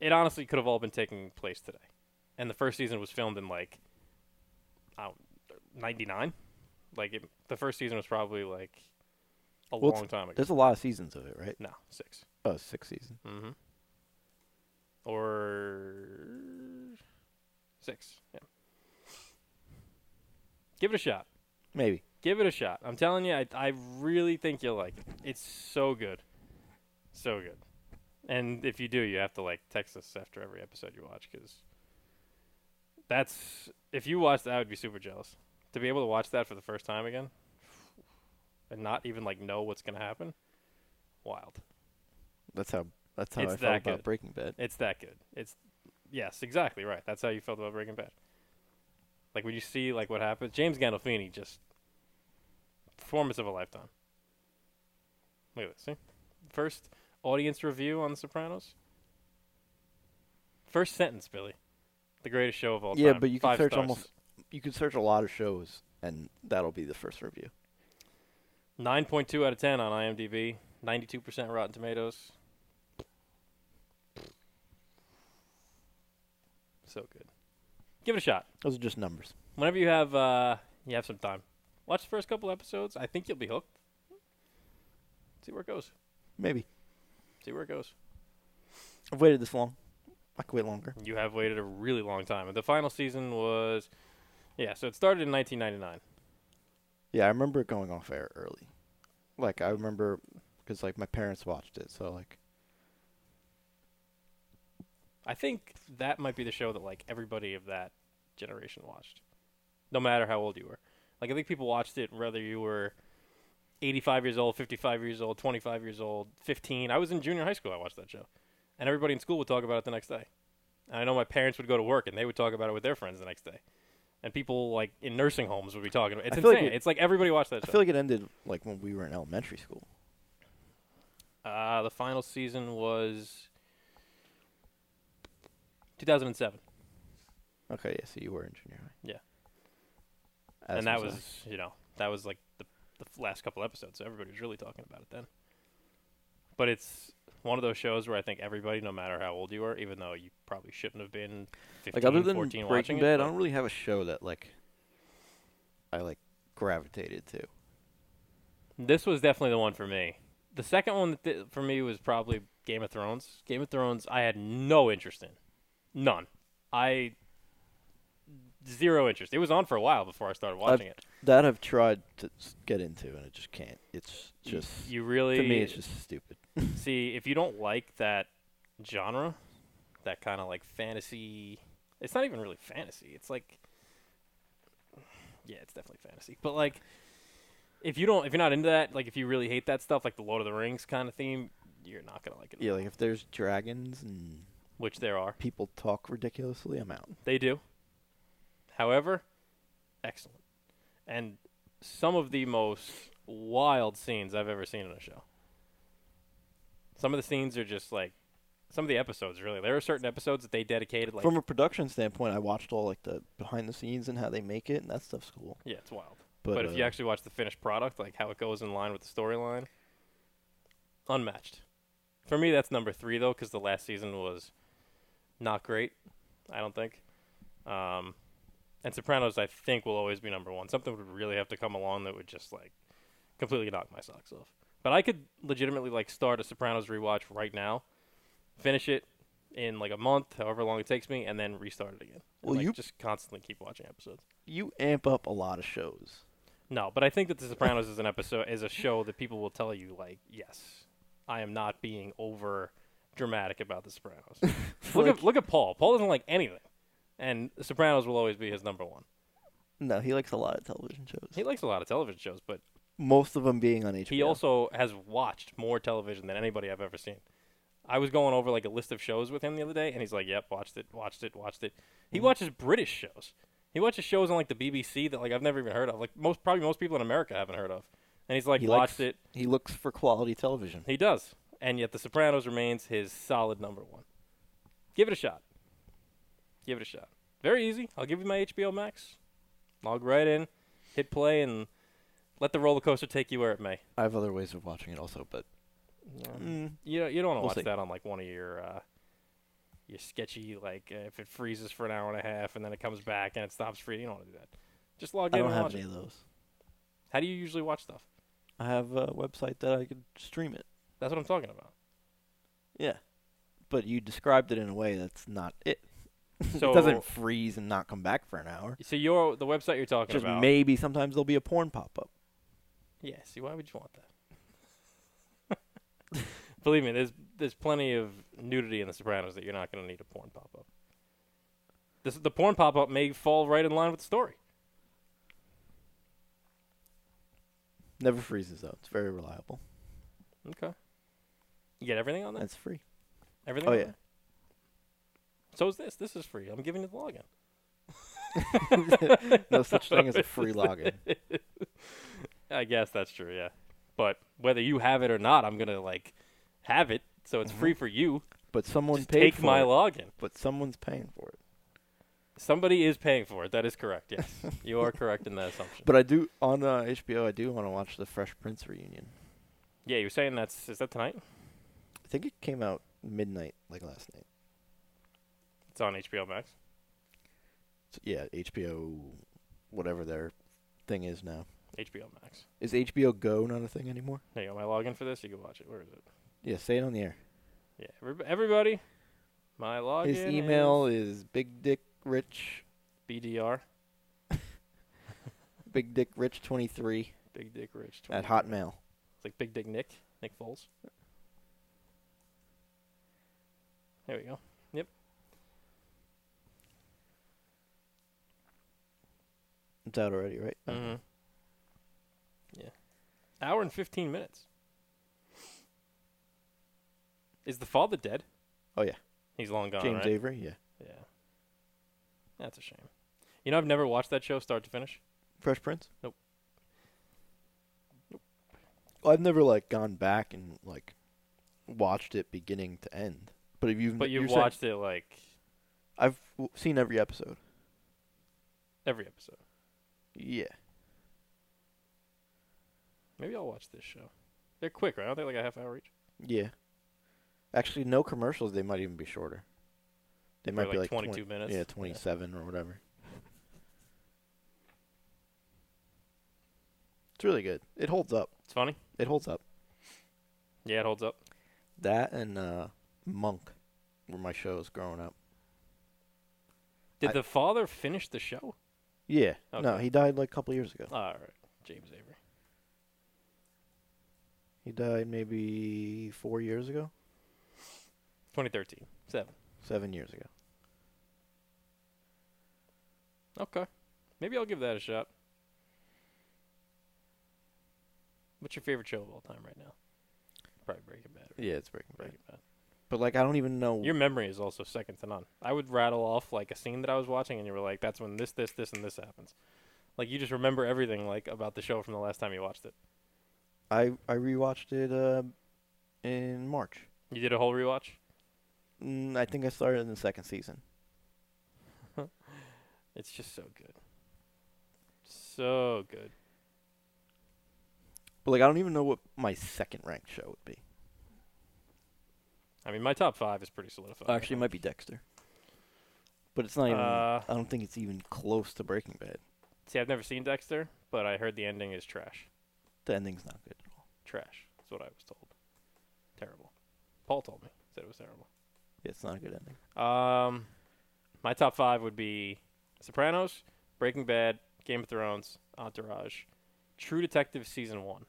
Speaker 2: It honestly could have all been taking place today and the first season was filmed in like I don't- 99 like it, the first season was probably like a
Speaker 1: Well,
Speaker 2: long time ago
Speaker 1: There's a lot of seasons of it, right?
Speaker 2: no 6
Speaker 1: Oh, six seasons.
Speaker 2: mm-hmm or 6 yeah give it a shot
Speaker 1: Maybe.
Speaker 2: give it a shot i'm telling you i, I really think you'll like it it's so good so good and if you do you have to like text us after every episode you watch because that's if you watched that, I would be super jealous. To be able to watch that for the first time again, and not even like know what's gonna happen, wild.
Speaker 1: That's how. That's how
Speaker 2: It's
Speaker 1: I felt
Speaker 2: that
Speaker 1: about
Speaker 2: good.
Speaker 1: Breaking Bad.
Speaker 2: It's that good. It's yes, exactly right. That's how you felt about Breaking Bad. Like when you see like what happens, James Gandolfini just performance of a lifetime. Look at this. See, first audience review on The Sopranos. First sentence, Billy. The greatest show of all
Speaker 1: Yeah,
Speaker 2: time.
Speaker 1: but you can
Speaker 2: Five
Speaker 1: search
Speaker 2: stars.
Speaker 1: almost. You can search a lot of shows, and that'll be the first review.
Speaker 2: Nine point two out of ten on IMDb. Ninety-two percent Rotten Tomatoes. So good. Give it a shot.
Speaker 1: Those are just numbers.
Speaker 2: Whenever you have uh, you have some time, watch the first couple episodes. I think you'll be hooked. See where it goes.
Speaker 1: Maybe.
Speaker 2: See where it goes.
Speaker 1: I've waited this long. I could wait longer.
Speaker 2: You have waited a really long time. The final season was, yeah. So it started in 1999.
Speaker 1: Yeah, I remember it going off air early. Like I remember, because like my parents watched it, so like
Speaker 2: I think that might be the show that like everybody of that generation watched, no matter how old you were. Like I think people watched it whether you were 85 years old, 55 years old, 25 years old, 15. I was in junior high school. I watched that show, and everybody in school would talk about it the next day. And I know my parents would go to work and they would talk about it with their friends the next day. And people like in nursing homes would be talking. About it. It's
Speaker 1: I feel like
Speaker 2: insane.
Speaker 1: it-
Speaker 2: it's like everybody watched that
Speaker 1: I
Speaker 2: show.
Speaker 1: feel like it ended like when we were in elementary school.
Speaker 2: Uh, the final season was 2007.
Speaker 1: Okay, yeah. So you were in junior high.
Speaker 2: Yeah.
Speaker 1: As
Speaker 2: and that
Speaker 1: I.
Speaker 2: was, you know, that was like the, the f- last couple episodes. So everybody was really talking about it then. But it's one of those shows where I think everybody, no matter how old you are, even though you probably shouldn't have been 15,
Speaker 1: like other than
Speaker 2: 14 watching
Speaker 1: Breaking
Speaker 2: it,
Speaker 1: Bad,
Speaker 2: but-
Speaker 1: I don't really have a show that like I like gravitated to.
Speaker 2: This was definitely the one for me. The second one that th- for me was probably Game of Thrones. Game of Thrones, I had no interest in, none. I zero interest. It was on for a while before I started watching it.
Speaker 1: That I've tried to s- get into, and I just can't. It's
Speaker 2: Y-
Speaker 1: just
Speaker 2: you really
Speaker 1: to me, it's just stupid.
Speaker 2: see if you don't like that genre, that kind of like fantasy. It's not even really fantasy. It's like, yeah, it's definitely fantasy. But like, if you don't, if you're not into that, like if you really hate that stuff, like the Lord of the Rings kind of theme, you're not gonna like it.
Speaker 1: yeah, like if there's dragons and
Speaker 2: Which there are.
Speaker 1: people talk ridiculously, I'm out.
Speaker 2: They do. However, excellent. And some of the most wild scenes I've ever seen in a show. Some of the scenes are just like some of the episodes really. There are certain episodes that they dedicated like
Speaker 1: From a production standpoint, I watched all like the behind the scenes and how they make it, and that stuff's cool.
Speaker 2: Yeah, it's wild.
Speaker 1: But,
Speaker 2: But, if you
Speaker 1: uh,
Speaker 2: actually watch the finished product, like how it goes in line with the storyline, unmatched. For me, that's number three though, because the last season was not great. I don't think. Um, and Sopranos, I think, will always be number one. Something would really have to come along that would just like completely knock my socks off. But I could legitimately like start a Sopranos rewatch right now, finish it in like a month, however long it takes me, and then restart it again. And,
Speaker 1: Well,
Speaker 2: like,
Speaker 1: you-
Speaker 2: just constantly keep watching episodes.
Speaker 1: You amp up a lot of shows.
Speaker 2: No, but I think that The Sopranos is an episode is a show that people will tell you like, yes, I am not being over dramatic about The Sopranos. look at look at Paul. Paul doesn't like anything, and The Sopranos will always be his number one.
Speaker 1: No, he likes a lot of television shows.
Speaker 2: He likes a lot of television shows, but
Speaker 1: Most of them being on HBO.
Speaker 2: he also has watched more television than anybody I've ever seen. I was going over like a list of shows with him the other day, and he's like, "Yep, watched it, watched it, watched it." He
Speaker 1: Mm-hmm.
Speaker 2: watches British shows. He watches shows on like the BBC that like I've never even heard of. Like most probably most people in America haven't heard of. And he's like,
Speaker 1: He
Speaker 2: watched
Speaker 1: likes-
Speaker 2: it.
Speaker 1: He looks for quality television.
Speaker 2: He does. And yet The Sopranos remains his solid number one. Give it a shot. Give it a shot. Very easy. I'll give you my HBO Max. Log right in, hit play, and let the roller coaster take you where it may.
Speaker 1: I have other ways of watching it also, but Mm.
Speaker 2: You don't- you don't want to
Speaker 1: We'll
Speaker 2: watch
Speaker 1: see.
Speaker 2: that on like one of your uh, your sketchy like uh, if it freezes for an hour and a half and then it comes back and it stops freezing. You don't want to do that. Just log
Speaker 1: I
Speaker 2: in
Speaker 1: don't
Speaker 2: and
Speaker 1: have
Speaker 2: watch
Speaker 1: any
Speaker 2: it.
Speaker 1: of those.
Speaker 2: How do you usually watch stuff?
Speaker 1: I have a website that I could stream it.
Speaker 2: That's what I'm talking about.
Speaker 1: Yeah. But you described it in a way that's not it.
Speaker 2: So-
Speaker 1: it doesn't freeze and not come back for an hour.
Speaker 2: So your the website you're talking
Speaker 1: Just
Speaker 2: about.
Speaker 1: maybe sometimes there'll be a porn pop up.
Speaker 2: Yeah, see, why would you want that? Believe me, there's there's plenty of nudity in The Sopranos that you're not going to need a porn pop up. This the porn pop up may fall right in line with the story.
Speaker 1: Never freezes though. It's very reliable.
Speaker 2: Okay. You get everything on that.
Speaker 1: That's free.
Speaker 2: Everything.
Speaker 1: Oh
Speaker 2: on
Speaker 1: yeah.
Speaker 2: that? So is this. This is free. I'm giving you the login.
Speaker 1: No such thing as a free login.
Speaker 2: I guess that's true. Yeah. But whether you have it or not, I'm gonna like have it, so it's free for you.
Speaker 1: But someone
Speaker 2: Just
Speaker 1: Mm-hmm. paid
Speaker 2: take
Speaker 1: for
Speaker 2: my
Speaker 1: it.
Speaker 2: login.
Speaker 1: But someone's paying for it.
Speaker 2: Somebody is paying for it. That is correct. Yes, you are correct in that assumption.
Speaker 1: But I do on uh, HBO. I do want to watch the Fresh Prince reunion.
Speaker 2: yeah, you're saying that's is that tonight?
Speaker 1: I think it came out midnight like last night.
Speaker 2: It's on HBO Max.
Speaker 1: So, yeah, HBO, whatever their thing is now.
Speaker 2: HBO Max.
Speaker 1: Is HBO Go not a thing anymore?
Speaker 2: There you go. My login for this. You can watch it. Where is it?
Speaker 1: Yeah, say it on the air.
Speaker 2: Yeah. everyb- Everybody, my login.
Speaker 1: His email
Speaker 2: is
Speaker 1: is Big Dick Rich,
Speaker 2: BDR.
Speaker 1: Big Dick Rich twenty three
Speaker 2: Big Dick Rich.
Speaker 1: at
Speaker 2: 23.
Speaker 1: Hotmail.
Speaker 2: It's like Big Dick Nick. Nick Foles. There we go. Yep.
Speaker 1: It's out already, right? Okay.
Speaker 2: Mm-hmm. Yeah. Hour and fifteen minutes. Is the father dead?
Speaker 1: Oh yeah,
Speaker 2: He's long gone,
Speaker 1: James
Speaker 2: right?
Speaker 1: Avery. Yeah,
Speaker 2: Yeah. That's a shame. You know, I've never watched that show start to finish.
Speaker 1: Fresh Prince.
Speaker 2: Nope.
Speaker 1: I've never like gone back and like watched it beginning to end. But if you've
Speaker 2: But
Speaker 1: you're
Speaker 2: you've
Speaker 1: saying-
Speaker 2: watched it like
Speaker 1: I've w- seen every episode.
Speaker 2: Every episode.
Speaker 1: Yeah.
Speaker 2: Maybe I'll watch this show. They're quick, right? Aren't they like a half hour each?
Speaker 1: Yeah. Actually, no commercials. They might even be shorter. They might
Speaker 2: Probably
Speaker 1: be
Speaker 2: like
Speaker 1: like
Speaker 2: 22 minutes.
Speaker 1: Yeah,
Speaker 2: Yeah.
Speaker 1: 27 or whatever. It's really good. It holds up.
Speaker 2: It's funny.
Speaker 1: It holds up.
Speaker 2: Yeah, it holds up.
Speaker 1: That and uh, Monk were my shows growing up.
Speaker 2: Did
Speaker 1: I-
Speaker 2: the father finish the show?
Speaker 1: Yeah. No,
Speaker 2: Okay.
Speaker 1: he died like a couple years ago.
Speaker 2: All right, James Avery.
Speaker 1: He died maybe four years ago,
Speaker 2: 2013. Seven.
Speaker 1: seven years ago.
Speaker 2: Okay. Maybe I'll give that a shot. What's your favorite show of all time right now? Probably Breaking Bad. right?
Speaker 1: Yeah, it's Breaking Bad.
Speaker 2: Breaking Bad.
Speaker 1: But like, I don't even know.
Speaker 2: Your memory is also second to none. I would rattle off like a scene that I was watching, and you were like, "That's when this, this, this, and this happens." Like you just remember everything like about the show from the last time you watched it.
Speaker 1: I I rewatched it uh, in March.
Speaker 2: You did a whole rewatch.
Speaker 1: Mm, I think I started in the second season.
Speaker 2: It's just so good. So good.
Speaker 1: But like, I don't even know what my second ranked show would be.
Speaker 2: I mean, my top five is pretty solidified.
Speaker 1: Actually, it might be Dexter. But it's not even.
Speaker 2: Uh,
Speaker 1: I don't think it's even close to Breaking Bad.
Speaker 2: See, I've never seen Dexter, but I heard the ending is trash.
Speaker 1: The ending's not good at all.
Speaker 2: Trash. That's what I was told. Terrible. Paul told me. Said it was terrible.
Speaker 1: Yeah, it's not a good ending.
Speaker 2: Um, my top five would be Sopranos, Breaking Bad, Game of Thrones, Entourage, True Detective season one.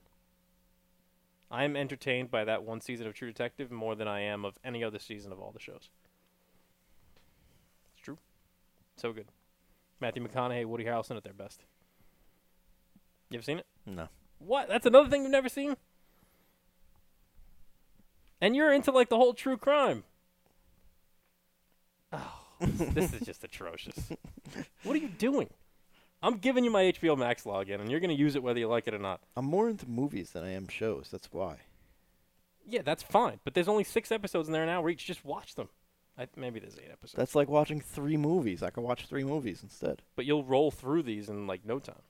Speaker 2: I am entertained by that one season of True Detective more than I am of any other season of all the shows. It's true. So good. Matthew McConaughey, Woody Harrelson at their best. You ever seen it?
Speaker 1: No.
Speaker 2: What? That's another thing you've never seen? And you're into like the whole true crime. Oh, this is just atrocious. What are you doing? I'm giving you my HBO Max login, and you're going to use it whether you like it or not.
Speaker 1: I'm more into movies than I am shows. That's why.
Speaker 2: Yeah, that's fine. But there's only six episodes in there an hour each. Just watch them. I, maybe there's eight episodes.
Speaker 1: That's like watching three movies. I can watch three movies instead.
Speaker 2: but you'll roll through these in like no time.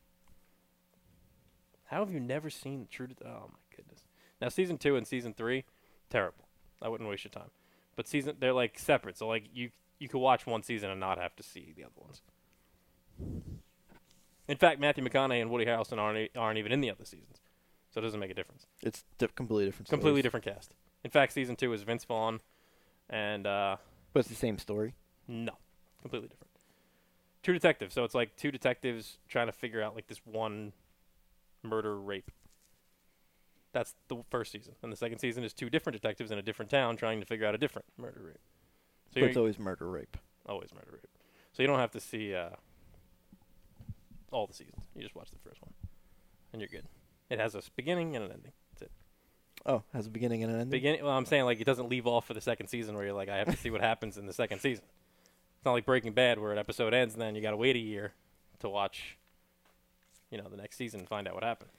Speaker 2: How have you never seen True? Det- oh my goodness! Now season two and season three, terrible. I wouldn't waste your time. But season they're like separate, so like you you could watch one season and not have to see the other ones. In fact, Matthew McConaughey and Woody Harrelson aren't e- aren't even in the other seasons, so it doesn't make a difference.
Speaker 1: It's di- completely different.
Speaker 2: Completely
Speaker 1: stories.
Speaker 2: different cast. In fact, season two is Vince Vaughn, and uh,
Speaker 1: But it's the same story.
Speaker 2: no, completely different. Two detectives, so it's like two detectives trying to figure out like this one murder rape. That's the first season, and the second season is two different detectives in a different town trying to figure out a different murder rape. So
Speaker 1: But it's
Speaker 2: you're
Speaker 1: always murder rape.
Speaker 2: always murder rape. So you don't have to see uh, all the seasons. You just watch the first one, and you're good. It has a s- beginning and an ending. That's it.
Speaker 1: Oh, it has a beginning and an ending.
Speaker 2: Beginning. Well, I'm saying like it doesn't leave off for the second season where you're like, I have to see what happens in the second season. It's not like Breaking Bad where an episode ends and then you got to wait a year to watch, you know, the next season and find out what happened.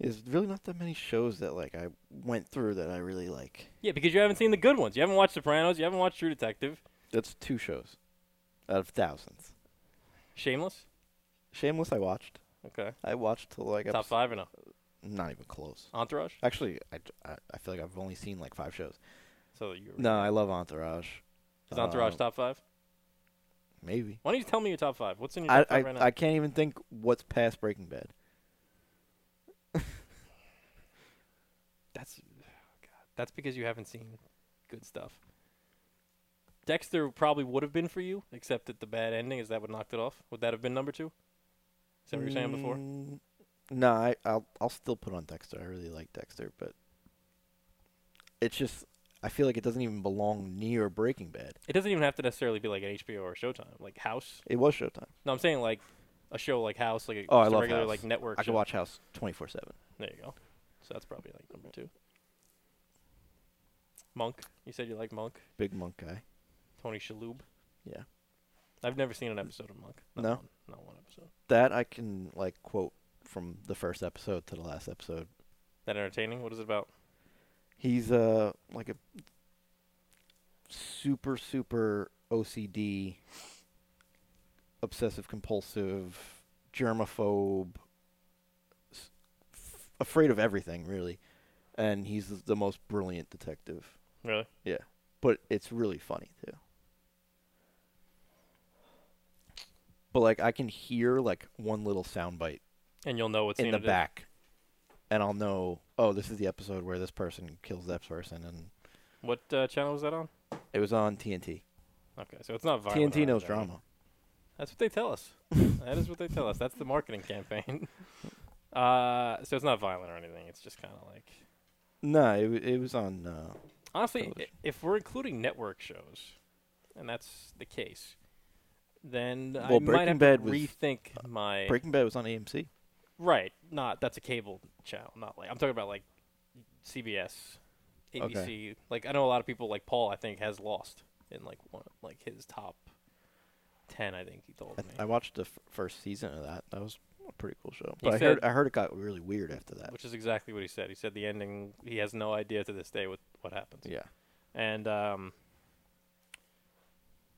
Speaker 1: There's really not that many shows that like I went through that I really like.
Speaker 2: Yeah, because you haven't seen the good ones. You haven't watched Sopranos. You haven't watched True Detective.
Speaker 1: That's two shows out of thousands.
Speaker 2: Shameless.
Speaker 1: Shameless, I watched.
Speaker 2: Okay.
Speaker 1: I watched till like
Speaker 2: Top
Speaker 1: epis-
Speaker 2: five or no?
Speaker 1: Not even close.
Speaker 2: Entourage.
Speaker 1: Actually, I, I, I feel like I've only seen like five shows.
Speaker 2: So you were-
Speaker 1: No, I love Entourage.
Speaker 2: Is Entourage
Speaker 1: Uh,
Speaker 2: top five?
Speaker 1: Maybe.
Speaker 2: Why don't you tell me your top five? What's in your
Speaker 1: I,
Speaker 2: top
Speaker 1: I,
Speaker 2: five right now?
Speaker 1: I can't even think what's past Breaking Bad.
Speaker 2: That's oh, God. That's because you haven't seen good stuff. Dexter probably would have been for you, except that the bad ending is that what knocked it off. Would that have been number two? Is that what you were saying before?
Speaker 1: Mm, No, I, I'll I'll still put on Dexter. I really like Dexter, but it's just I feel like it doesn't even belong near Breaking Bad.
Speaker 2: It doesn't even have to necessarily be like an HBO or Showtime, like House.
Speaker 1: It was Showtime.
Speaker 2: No, I'm saying like a show like House, like a,
Speaker 1: Oh, I
Speaker 2: just a
Speaker 1: love
Speaker 2: regular
Speaker 1: House.
Speaker 2: like network.
Speaker 1: I could
Speaker 2: show.
Speaker 1: watch House twenty four seven.
Speaker 2: There you go. So that's probably like number two. Monk. You said you like Monk.
Speaker 1: Big monk guy.
Speaker 2: Tony Shalhoub.
Speaker 1: Yeah.
Speaker 2: I've never seen an episode of Monk. Not
Speaker 1: No?
Speaker 2: One, not one episode.
Speaker 1: That I can like quote from the first episode to the last episode.
Speaker 2: That entertaining. What is it about?
Speaker 1: He's uh like a super super OCD, obsessive compulsive, germaphobe, s- f- afraid of everything really, and he's th- the most brilliant detective.
Speaker 2: Really?
Speaker 1: Yeah, but it's really funny too. But like I can hear like one little soundbite
Speaker 2: And you'll know what's
Speaker 1: in the back, and I'll know. Oh, this is the episode where this person kills that person, and
Speaker 2: What uh, channel was that on?
Speaker 1: it was on TNT.
Speaker 2: Okay, so it's not violent.
Speaker 1: TNT
Speaker 2: or
Speaker 1: knows
Speaker 2: anything.
Speaker 1: drama.
Speaker 2: That's what they tell us. that is what they tell us. That's the marketing campaign. Uh, so it's not violent or anything. It's just kind of like
Speaker 1: No, it, wa- it was on. Uh,
Speaker 2: honestly, i-
Speaker 1: Television.
Speaker 2: if we're including network shows, and that's the case, then I
Speaker 1: Well,
Speaker 2: might
Speaker 1: Breaking
Speaker 2: have
Speaker 1: Bad
Speaker 2: to
Speaker 1: was-
Speaker 2: rethink my
Speaker 1: Breaking Bad was on AMC.
Speaker 2: right. Not that's a cable channel. Not like I'm talking about like CBS, ABC. Like I know a lot of people like Paul. I think has lost in like one of, like his top ten. I think he told
Speaker 1: I,
Speaker 2: me.
Speaker 1: I watched the f- first season of that. That was a pretty cool show.
Speaker 2: He
Speaker 1: But I heard,
Speaker 2: said-
Speaker 1: I heard it got really weird after that.
Speaker 2: which is exactly what he said. He said the ending. He has no idea to this day what what happens.
Speaker 1: Yeah.
Speaker 2: And um,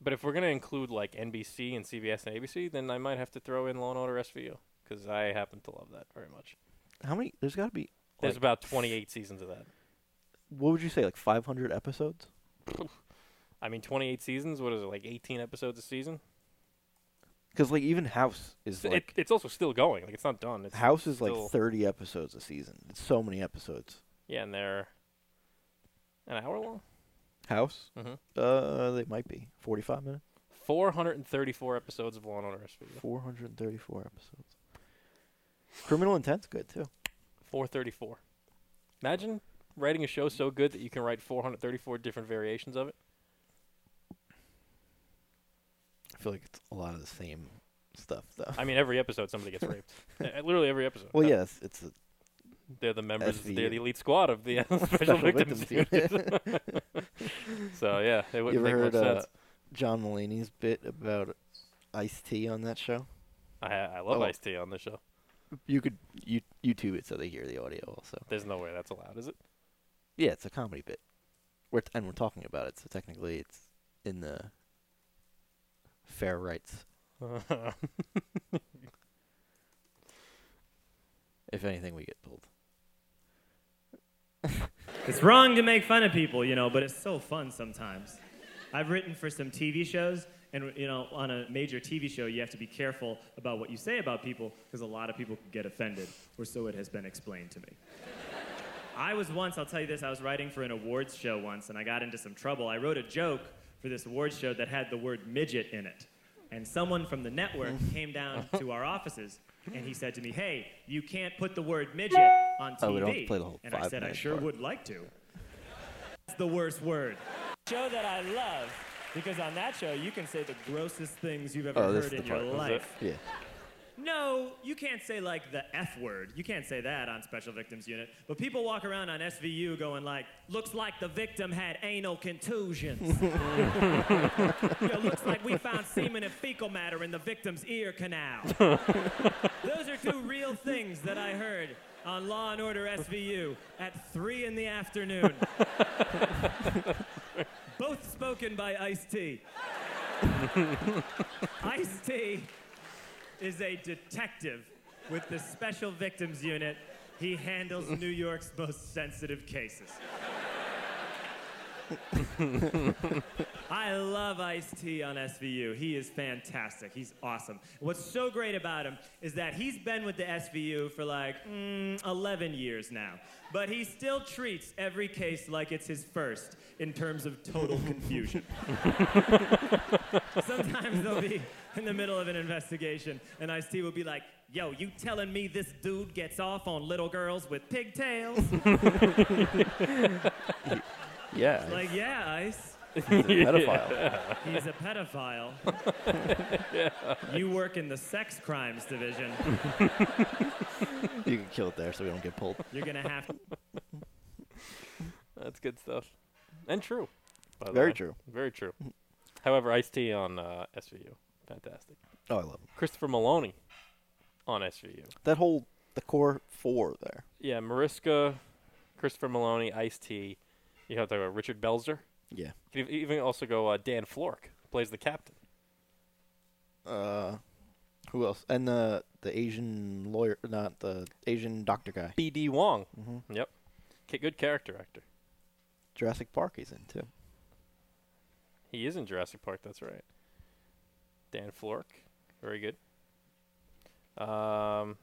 Speaker 2: but if we're gonna include like NBC and CBS and ABC, then I might have to throw in Law and Order SVU because I happen to love that very much.
Speaker 1: How many? There's got to be.
Speaker 2: There's
Speaker 1: Like-
Speaker 2: about 28 seasons of that.
Speaker 1: What would you say? Like 500 episodes?
Speaker 2: I mean, 28 seasons. What is it like? 18 episodes a season.
Speaker 1: Because like even House is
Speaker 2: So it-
Speaker 1: like
Speaker 2: it's also still going. Like it's not done. It's
Speaker 1: House is
Speaker 2: still-
Speaker 1: like 30 episodes a season. It's so many episodes.
Speaker 2: yeah, and they're an hour long.
Speaker 1: House?
Speaker 2: Mhm.
Speaker 1: Uh, they might be 45 minutes.
Speaker 2: 434 episodes of Law and Order SVU.
Speaker 1: 434 episodes. Criminal Intent's good too.
Speaker 2: 434. Imagine writing a show so good that you can write 434 different variations of it.
Speaker 1: I feel like it's a lot of the same stuff though.
Speaker 2: I mean, every episode somebody gets raped. Uh, Literally every episode.
Speaker 1: well,
Speaker 2: Uh,
Speaker 1: yes, it's a
Speaker 2: They're the members.
Speaker 1: SVU.
Speaker 2: They're the elite squad of the uh, special victims. unit.
Speaker 1: unit.
Speaker 2: so yeah, it
Speaker 1: you
Speaker 2: wouldn't
Speaker 1: ever heard
Speaker 2: make much
Speaker 1: uh,
Speaker 2: sense.
Speaker 1: John Mulaney's bit about Ice T on that show?
Speaker 2: I, I love
Speaker 1: oh.
Speaker 2: Ice T on the show.
Speaker 1: You could you YouTube it so they hear the audio also.
Speaker 2: There's no way that's allowed, is it?
Speaker 1: Yeah, it's a comedy bit. We're t- and we're talking about it, so technically it's in the fair rights. If anything, we get pulled.
Speaker 7: It's wrong to make fun of people, you know, but it's so fun sometimes. I've written for some TV shows, and you know, on a major TV show, you have to be careful about what you say about people because a lot of people could get offended, or so it has been explained to me. I was once, I'll tell you this, I was writing for an awards show once, and I got into some trouble. I wrote a joke for this awards show that had the word midget in it. And someone from the network came down to our offices, and he said to me, Hey, you can't put the word midget on TV.
Speaker 1: Oh, we don't have to play the whole
Speaker 7: and I
Speaker 1: five
Speaker 7: said, I
Speaker 1: minute
Speaker 7: sure
Speaker 1: part."
Speaker 7: would like to. That's the worst word. Show that I love, because on that show, you can say the grossest things you've ever
Speaker 1: Oh, this
Speaker 7: heard
Speaker 1: is the
Speaker 7: in your
Speaker 1: part.
Speaker 2: Is it?
Speaker 7: life.
Speaker 1: Yeah.
Speaker 7: No, you can't say like the F word. You can't say that on Special Victims Unit. But people walk around on SVU going like, looks like the victim had anal contusions. you know, looks like we found semen and fecal matter in the victim's ear canal. Those are two real things that I heard on Law and Order SVU at 3 in the afternoon. Both spoken by Ice T. Ice T is a detective with the Special Victims Unit. He handles New York's most sensitive cases. I love Ice T on SVU. He is fantastic. He's awesome. What's so great about him is that he's been with the SVU for like mm, 11 years now, but he still treats every case like it's his first in terms of total confusion. Sometimes they'll be in the middle of an investigation, and Ice T will be like, Yo, you telling me this dude gets off on little girls with pigtails?
Speaker 1: Yeah.
Speaker 7: like, yeah, Ice,
Speaker 1: pedophile.
Speaker 7: he's a pedophile. You work in the sex crimes division.
Speaker 1: You can kill it there so we don't get pulled.
Speaker 7: You're gonna have to.
Speaker 2: That's good stuff, and true. by the
Speaker 1: Very
Speaker 2: way.
Speaker 1: true.
Speaker 2: Very true. However, Ice T on uh, SVU, fantastic.
Speaker 1: Oh, I love him.
Speaker 2: Christopher Maloney on SVU.
Speaker 1: That whole the core four there.
Speaker 2: Yeah, Mariska, Christopher Maloney, Ice T. You have to talk about Richard Belzer.
Speaker 1: Yeah.
Speaker 2: You could even also go uh, Dan Flork plays the captain.
Speaker 1: Uh, who else? And the the Asian lawyer, not the Asian doctor guy.
Speaker 2: B.D. Wong.
Speaker 1: Mm-hmm.
Speaker 2: Yep. K- good character actor.
Speaker 1: Jurassic Park he's in too.
Speaker 2: He is in Jurassic Park. That's right. Dan Florek, very good. Um,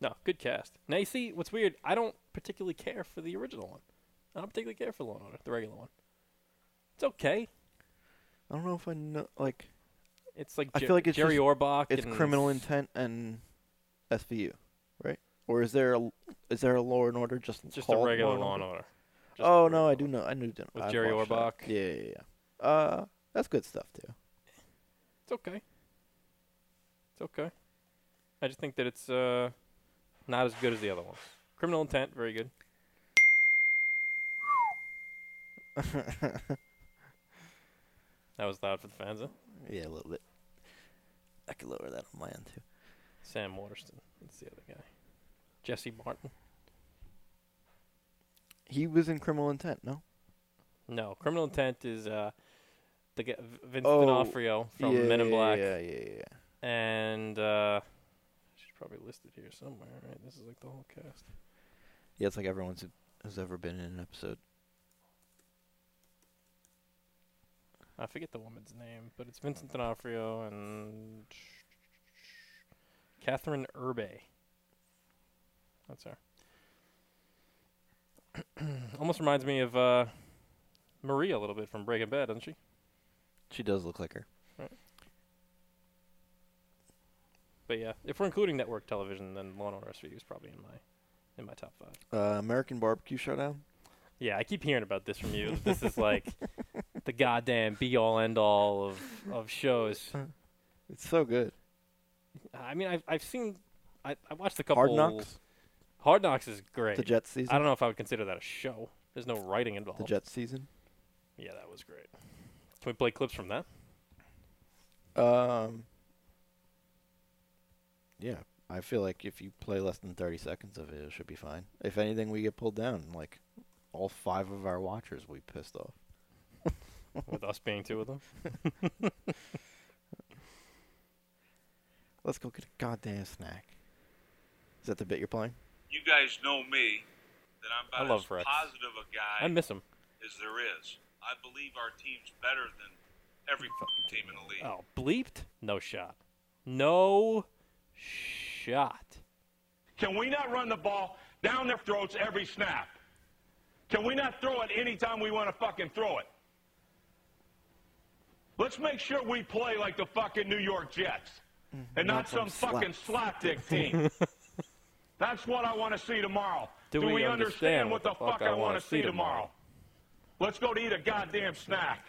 Speaker 2: no, good cast. Now you see what's weird. I don't particularly care for the original one. I don't particularly care for Law and Order, the regular one. It's okay.
Speaker 1: I don't know if I know. Like
Speaker 2: It's like
Speaker 1: I
Speaker 2: Jer-
Speaker 1: feel like it's
Speaker 2: Jerry
Speaker 1: just-
Speaker 2: Orbach.
Speaker 1: it's
Speaker 2: and
Speaker 1: criminal intent and SVU, right? Or is there a is there a Law and Order just
Speaker 2: Just a
Speaker 1: called
Speaker 2: regular
Speaker 1: and
Speaker 2: Law and
Speaker 1: Order?
Speaker 2: Order. Just a
Speaker 1: Oh
Speaker 2: regular
Speaker 1: no, I
Speaker 2: Law
Speaker 1: do know. I knew.
Speaker 2: With
Speaker 1: I've
Speaker 2: Jerry
Speaker 1: watched that.
Speaker 2: Orbach.
Speaker 1: Yeah, yeah, yeah. Uh, that's good stuff too.
Speaker 2: It's okay. It's okay. I just think that it's uh, not as good as the other ones. Criminal Intent, very good. that was loud for the fans. Huh?
Speaker 1: Yeah, a little bit. I could lower that on my end too.
Speaker 2: Sam Waterston, that's the other guy. Jesse Martin.
Speaker 1: He was in Criminal Intent, no?
Speaker 2: No, Criminal Intent is uh, the guy, V- Vince
Speaker 1: Oh,
Speaker 2: D'Onofrio from
Speaker 1: yeah,
Speaker 2: Men in
Speaker 1: yeah,
Speaker 2: Black,
Speaker 1: Yeah, yeah, yeah.
Speaker 2: and uh, she's probably listed here somewhere. Right, this is like the whole cast.
Speaker 1: Yeah, it's like everyone's who's ever been in an episode.
Speaker 2: I forget the woman's name, but it's Vincent D'Onofrio and Catherine Urbe. That's her. Almost reminds me of uh, Marie a little bit from Breaking Bad, doesn't she?
Speaker 1: She does look like her.
Speaker 2: But yeah, if we're including network television, then Law and Order SVU is probably in my in my top five.
Speaker 1: Uh, American Barbecue Showdown.
Speaker 2: Yeah, I keep hearing about this from you. that this is like the goddamn be all end all of of shows.
Speaker 1: It's so good.
Speaker 2: I mean, I've I've seen, I I watched a couple.
Speaker 1: Hard Knocks.
Speaker 2: Hard Knocks is great.
Speaker 1: The Jets
Speaker 2: I
Speaker 1: season.
Speaker 2: don't know if I would consider that a show. There's no writing involved.
Speaker 1: The Jets season.
Speaker 2: Yeah, that was great. Can we play clips from that?
Speaker 1: Um. Yeah, I feel like if you play less than thirty seconds of it, it should be fine. If anything, we get pulled down. Like all five of our watchers, we pissed off.
Speaker 2: With us being two of them?
Speaker 1: Let's go get a goddamn snack. Is that the bit you're playing?
Speaker 8: You guys know me, that I'm
Speaker 2: I
Speaker 8: about
Speaker 2: love
Speaker 8: as
Speaker 2: Rex.
Speaker 8: positive a guy
Speaker 2: I miss him.
Speaker 8: as there is. I believe our team's better than every fucking team in the league.
Speaker 2: Oh, bleeped? No shot. No shot.
Speaker 9: Can we not run the ball down their throats every snap? Can we not throw it anytime we want to fucking throw it? Let's make sure we play like the fucking New York Jets and not, some fucking slapdick team. That's what I want to see tomorrow.
Speaker 2: Do we
Speaker 9: understand,
Speaker 2: understand
Speaker 9: what the fuck, I want to see tomorrow? Let's go to eat a goddamn snack.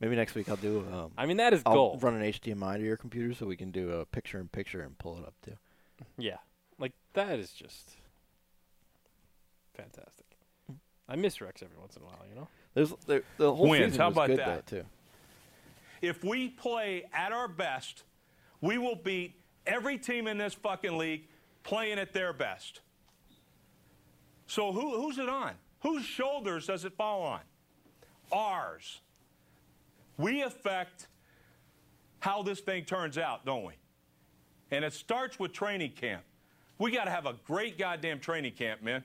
Speaker 1: Maybe next week I'll do. Um,
Speaker 2: I mean, that is
Speaker 1: I'll
Speaker 2: gold.
Speaker 1: run an HDMI to your computer so we can do a picture in picture and pull it up too.
Speaker 2: Yeah. Like, that is just fantastic. I miss Rex every once in a while, you know?
Speaker 1: There's there, the whole
Speaker 9: Wins,
Speaker 1: season
Speaker 9: how
Speaker 1: was
Speaker 9: about
Speaker 1: good
Speaker 9: that?
Speaker 1: though too.
Speaker 9: If we play at our best, we will beat every team in this fucking league playing at their best. So who, who's it on? Whose shoulders does it fall on? Ours. We affect how this thing turns out, don't we? And it starts with training camp. We got to have a great goddamn training camp, man.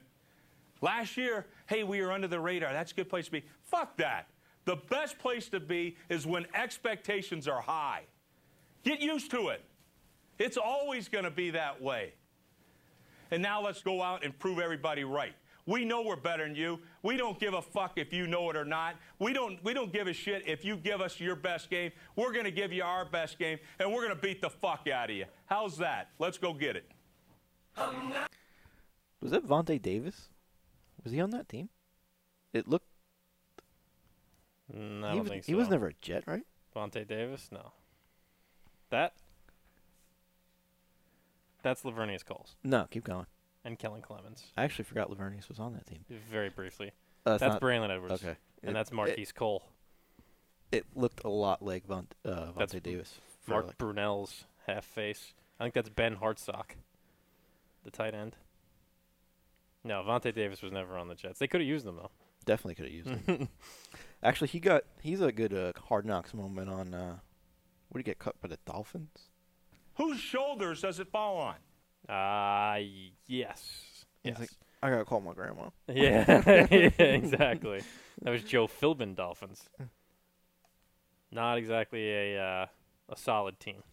Speaker 9: Last year, hey, we were under the radar. That's a good place to be. Fuck that. The best place to be is when expectations are high. Get used to it. It's always going to be that way. And now let's go out and prove everybody right. We know we're better than you. We don't give a fuck if you know it or not. We don't, we don't give a shit if you give us your best game. We're going to give you our best game, and we're going to beat the fuck out of you. How's that? Let's go get it.
Speaker 1: Was that Vontae Davis? Was he on that team? It looked.
Speaker 2: Mm, I
Speaker 1: he
Speaker 2: don't
Speaker 1: was,
Speaker 2: think so.
Speaker 1: he was never a Jet, right?
Speaker 2: Vontae Davis? No. That? That's Lavernius Coles
Speaker 1: No, keep going.
Speaker 2: and Kellen Clemens.
Speaker 1: I actually forgot Lavernius was on that team.
Speaker 2: Very briefly.
Speaker 1: Uh, it's
Speaker 2: That's
Speaker 1: not-
Speaker 2: Braylon Edwards.
Speaker 1: Okay.
Speaker 2: And
Speaker 1: It-
Speaker 2: that's Marquise Cole.
Speaker 1: It looked a lot like Von, uh,
Speaker 2: That's
Speaker 1: Vontae Davis. for
Speaker 2: Mark
Speaker 1: like-
Speaker 2: Brunell's half face. I think that's Ben Hartsock, the tight end. No, Vontae Davis was never on the Jets. They could have used him though.
Speaker 1: Definitely could have used him. Actually, he got he's a good uh, hard knocks moment on. Uh, what did he get cut by the Dolphins?
Speaker 9: Whose shoulders does it fall on?
Speaker 2: Ah, y yes.
Speaker 1: He's like, I gotta call my grandma.
Speaker 2: Yeah, yeah, exactly. That was Joe Philbin Dolphins. Not exactly a uh, a solid team.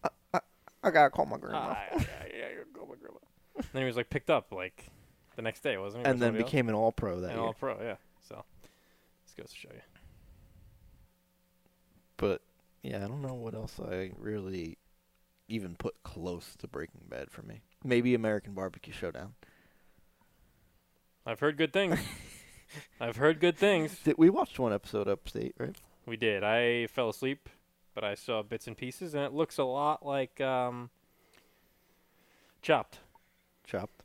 Speaker 1: I gotta call my grandma.
Speaker 2: Ah, yeah, yeah, yeah, go with grandma. then he was like picked up like the next day, wasn't he? or
Speaker 1: and then
Speaker 2: somebody else?
Speaker 1: became an All Pro that
Speaker 2: an
Speaker 1: year.
Speaker 2: All Pro. Yeah. So this goes to show you.
Speaker 1: but yeah, I don't know what else I really even put close to Breaking Bad for me. Maybe American Barbecue Showdown.
Speaker 2: I've heard good things. I've heard good things.
Speaker 1: Did we watched one episode upstate, right?
Speaker 2: We did. I fell asleep, but I saw bits and pieces, and it looks a lot like um, Chopped,
Speaker 1: Chopped.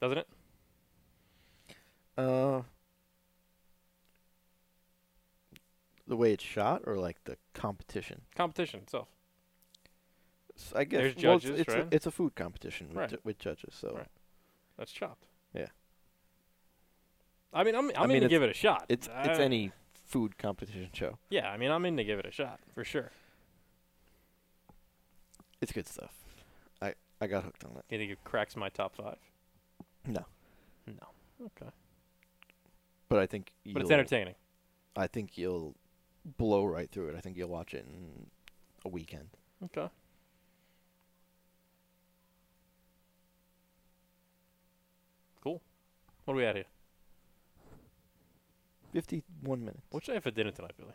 Speaker 2: doesn't it?
Speaker 1: Uh, the way it's shot, or like the competition.
Speaker 2: Competition itself.
Speaker 1: S- I guess
Speaker 2: There's
Speaker 1: well, it's-
Speaker 2: judges,
Speaker 1: it's,
Speaker 2: right?
Speaker 1: a, it's a food competition with,
Speaker 2: Right.
Speaker 1: ju- with judges. So
Speaker 2: Right. That's Chopped.
Speaker 1: Yeah.
Speaker 2: I mean, I'm I'm
Speaker 1: mean,
Speaker 2: in to
Speaker 1: it's-
Speaker 2: give it a shot.
Speaker 1: it's
Speaker 2: I-
Speaker 1: it's any food competition show.
Speaker 2: Yeah, I mean, I'm in to give it a shot for sure.
Speaker 1: It's good stuff. I I got hooked on it.
Speaker 2: You think it cracks my top five?
Speaker 1: No,
Speaker 2: No. Okay.
Speaker 1: but I think
Speaker 2: But it's
Speaker 1: you'll-
Speaker 2: entertaining.
Speaker 1: I think you'll blow right through it. I think you'll watch it in a weekend.
Speaker 2: Okay. Cool. What are we at here?
Speaker 1: Fifty-one minutes.
Speaker 2: What should I have for dinner tonight, Billy?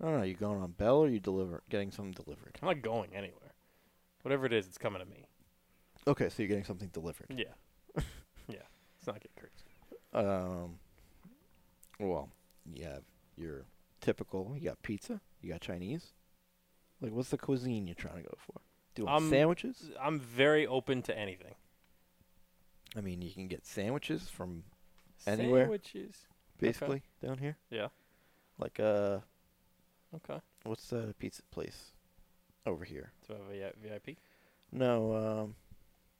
Speaker 1: I don't know. You going on Bell or you deliver getting something delivered?
Speaker 2: I'm not going anywhere. Whatever it is, it's coming to me.
Speaker 1: Okay, so you're getting something delivered.
Speaker 2: Yeah. yeah. Let's not get crazy.
Speaker 1: Um, well, you have your typical. You got pizza. You got Chinese. Like, what's the cuisine you're trying to go for? Doing
Speaker 2: Um,
Speaker 1: sandwiches?
Speaker 2: I'm very open to anything.
Speaker 1: I mean, you can get sandwiches from Anywhere?
Speaker 2: Sandwiches.
Speaker 1: basically down here.
Speaker 2: Yeah.
Speaker 1: Like, uh,
Speaker 2: Okay.
Speaker 1: what's the pizza place over here?
Speaker 2: Do I have a VIP
Speaker 1: No, um,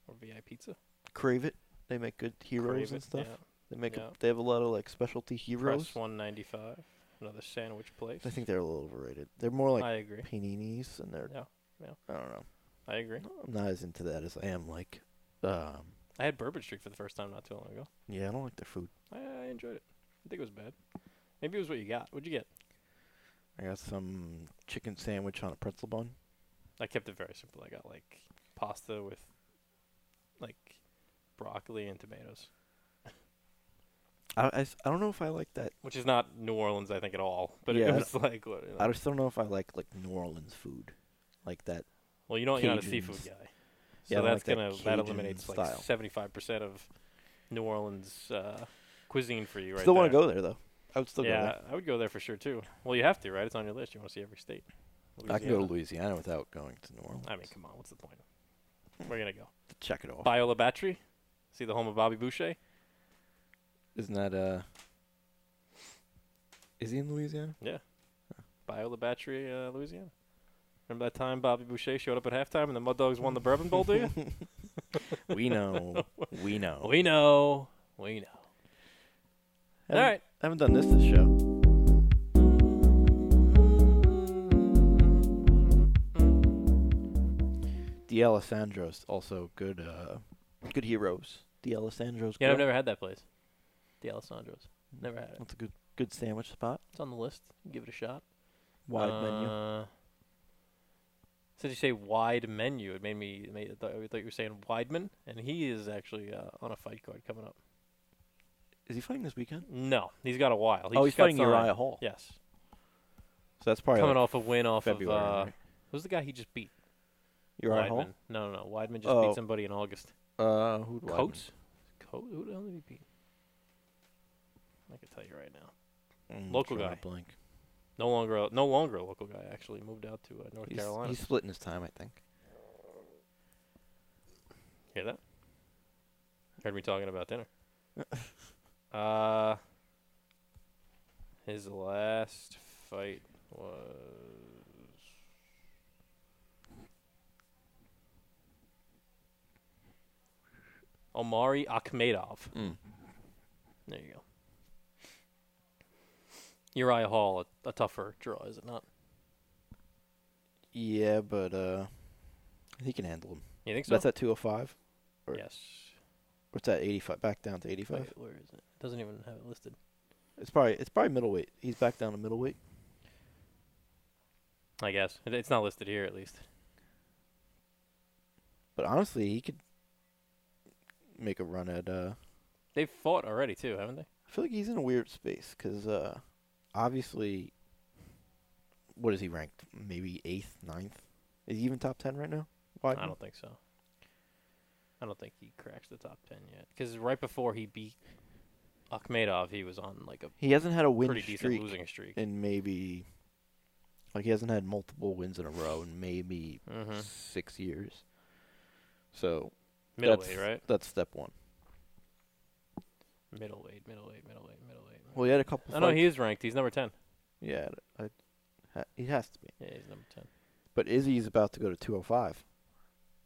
Speaker 2: or VIP pizza?
Speaker 1: Crave It. They make good heroes
Speaker 2: Crave
Speaker 1: and
Speaker 2: It,
Speaker 1: stuff.
Speaker 2: yeah.
Speaker 1: They make
Speaker 2: yeah.
Speaker 1: a, they have a lot of like specialty heroes.
Speaker 2: Press 195. Another sandwich place.
Speaker 1: I think they're a little overrated. They're more like
Speaker 2: I agree.
Speaker 1: paninis, and they're
Speaker 2: Yeah, yeah.
Speaker 1: I don't know.
Speaker 2: I agree.
Speaker 1: I'm not as into that as I am like, um,
Speaker 2: I had Bourbon Street for the first time not too long ago.
Speaker 1: yeah, I don't like their food.
Speaker 2: I, I enjoyed it. I think it was bad. Maybe it was what you got. What'd you get?
Speaker 1: I got some chicken sandwich on a pretzel bun.
Speaker 2: I kept it very simple. I got like pasta with like broccoli and tomatoes,
Speaker 1: I, I s- I don't know if I like that.
Speaker 2: which is not New Orleans, I think, at all. But
Speaker 1: Yeah,
Speaker 2: it
Speaker 1: I
Speaker 2: was like, what, you know.
Speaker 1: I just don't know if I like like New Orleans food, like that.
Speaker 2: well, you know, you're not a seafood
Speaker 1: Cajuns.
Speaker 2: guy, so
Speaker 1: Yeah, I don't
Speaker 2: that's
Speaker 1: like that
Speaker 2: gonna that,
Speaker 1: Cajun
Speaker 2: eliminates like
Speaker 1: style.
Speaker 2: seventy five percent of New Orleans uh, cuisine for you, right?
Speaker 1: still
Speaker 2: want
Speaker 1: want to go there though. I would still
Speaker 2: yeah,
Speaker 1: go
Speaker 2: I would go there for sure too. Well, you have to, right? It's on your list. You want to see every state.
Speaker 1: there. I can go to
Speaker 2: Louisiana.
Speaker 1: Louisiana without going to New Orleans.
Speaker 2: I mean, come on, what's the point? We're gonna go.
Speaker 1: check it off.
Speaker 2: Biola Battery, see the home of Bobby Boucher.
Speaker 1: Isn't that uh? Is he in Louisiana?
Speaker 2: Biola Battery, uh, Louisiana. Remember that time Bobby Boucher showed up at halftime and the Mud Dogs won the Bourbon Bowl, do you?
Speaker 1: we know. We know.
Speaker 2: We know. We know. All
Speaker 1: Haven't-
Speaker 2: right.
Speaker 1: haven't done this this show. The Alessandros also good uh good heroes. The Alessandros.
Speaker 2: Yeah, I've
Speaker 1: grill.
Speaker 2: never had that place. The Alessandro's. Never had it.
Speaker 1: That's a good good sandwich spot.
Speaker 2: It's on the list. Give it a shot.
Speaker 1: Wide menu.
Speaker 2: Uh, Since you say wide menu, it made me. It made, I, thought, I thought you were saying Weidman, and he is actually uh, on a fight card coming up.
Speaker 1: Is he fighting this weekend?
Speaker 2: No, he's got a while. He
Speaker 1: oh, he's
Speaker 2: just got
Speaker 1: fighting
Speaker 2: signed.
Speaker 1: Uriah Hall.
Speaker 2: Yes,
Speaker 1: So that's probably
Speaker 2: coming
Speaker 1: like
Speaker 2: off a win off
Speaker 1: February.
Speaker 2: of uh,
Speaker 1: right?
Speaker 2: who's the guy he just beat?
Speaker 1: Uriah
Speaker 2: Weidman.
Speaker 1: Hall.
Speaker 2: No, no, no. Weidman just
Speaker 1: Oh.
Speaker 2: beat somebody in August.
Speaker 1: Uh, who
Speaker 2: Coates? Coates? Who the hell did he beat? I can tell you right now. Local guy.
Speaker 1: Mm, Blank.
Speaker 2: No longer, a, no longer a local guy. Actually, moved out to uh, North
Speaker 1: He's,
Speaker 2: Carolina.
Speaker 1: he's splitting his time, I think.
Speaker 2: Hear that? Heard me talking about dinner. uh, his last fight was. Omari Akhmedov. There you go. Uriah Hall, a, a tougher draw, is it not?
Speaker 1: Yeah, but uh, he can handle him.
Speaker 2: You think so?
Speaker 1: That's at 205. or-
Speaker 2: yes.
Speaker 1: What's that? 85. Back down to 85.
Speaker 2: Wait, where is it? It doesn't even have it listed.
Speaker 1: It's probably it's probably middleweight. He's back down to middleweight.
Speaker 2: I guess It- it's not listed here, at least.
Speaker 1: But honestly, he could make a run at. Uh,
Speaker 2: They've fought already too, haven't they?
Speaker 1: I feel like he's in a weird space because uh, obviously, what is he ranked? Maybe eighth, ninth. Is he even top ten right now?
Speaker 2: I
Speaker 1: Weidman?
Speaker 2: don't think so. I don't think he cracks the top ten yet. Because right before he beat Akhmedov, he was on like a
Speaker 1: He hasn't had a win
Speaker 2: pretty decent
Speaker 1: streak
Speaker 2: losing streak.
Speaker 1: in maybe, like he hasn't had multiple wins in a row in maybe
Speaker 2: Mhm.
Speaker 1: six years. So
Speaker 2: Middleweight,
Speaker 1: that's,
Speaker 2: right?
Speaker 1: That's step one.
Speaker 2: Middleweight, middleweight, middleweight, middleweight.
Speaker 1: Well, he had a couple.
Speaker 2: I know
Speaker 1: fights-
Speaker 2: he is ranked. He's number ten.
Speaker 1: Yeah, I, ha, he has to be.
Speaker 2: Yeah, he's number ten.
Speaker 1: But Izzy's about to go to 205.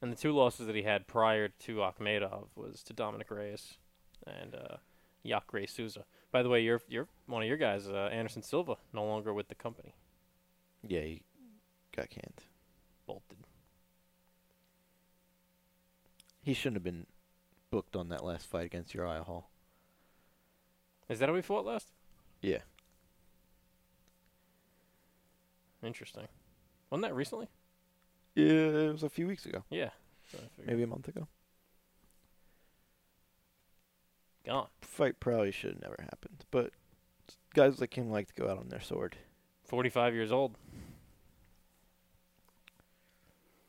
Speaker 2: And the two losses that he had prior to Akhmedov was to Dominic Reyes and uh, Yak Ray Souza. By the way, your your one of your guys, uh, Anderson Silva, no longer with the company.
Speaker 1: Yeah, he got canned.
Speaker 2: Bolted.
Speaker 1: He shouldn't have been booked on that last fight against Uriah Hall.
Speaker 2: Is that how we fought last?
Speaker 1: Yeah.
Speaker 2: Interesting. Wasn't that recently?
Speaker 1: Yeah, it was a few weeks ago.
Speaker 2: Yeah. So I figured-
Speaker 1: Maybe a month ago.
Speaker 2: Gone.
Speaker 1: Fight probably should have never happened. But guys like him like to go out on their sword.
Speaker 2: 45 years old.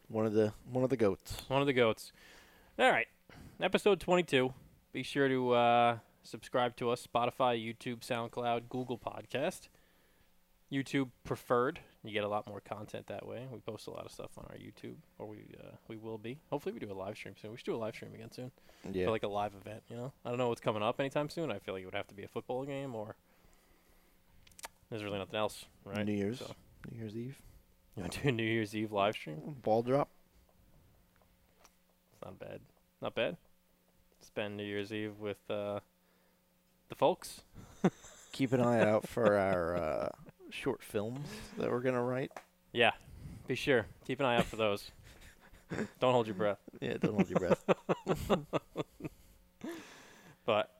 Speaker 1: One of the one of the goats.
Speaker 2: One of the goats. All right. Episode 22. Be sure to uh, subscribe to us Spotify, YouTube, SoundCloud, Google Podcast. YouTube preferred. You get a lot more content that way. We post a lot of stuff on our YouTube, or we uh, we will be. Hopefully, we do a live stream soon. We should do a live stream again soon.
Speaker 1: Yeah.
Speaker 2: for like a live event. You know, I don't know what's coming up anytime soon. I feel like it would have to be a football game or there's really nothing else, right?
Speaker 1: New Year's.
Speaker 2: So,
Speaker 1: New Year's Eve.
Speaker 2: you want to do a New Year's Eve live stream?
Speaker 1: Ball drop.
Speaker 2: It's not bad. Not bad. Spend New Year's Eve with uh, the folks.
Speaker 1: Keep an eye out for our uh, short films that we're gonna write.
Speaker 2: Yeah, be sure. Keep an eye out for those. don't hold your breath.
Speaker 1: Yeah, don't hold your breath.
Speaker 2: But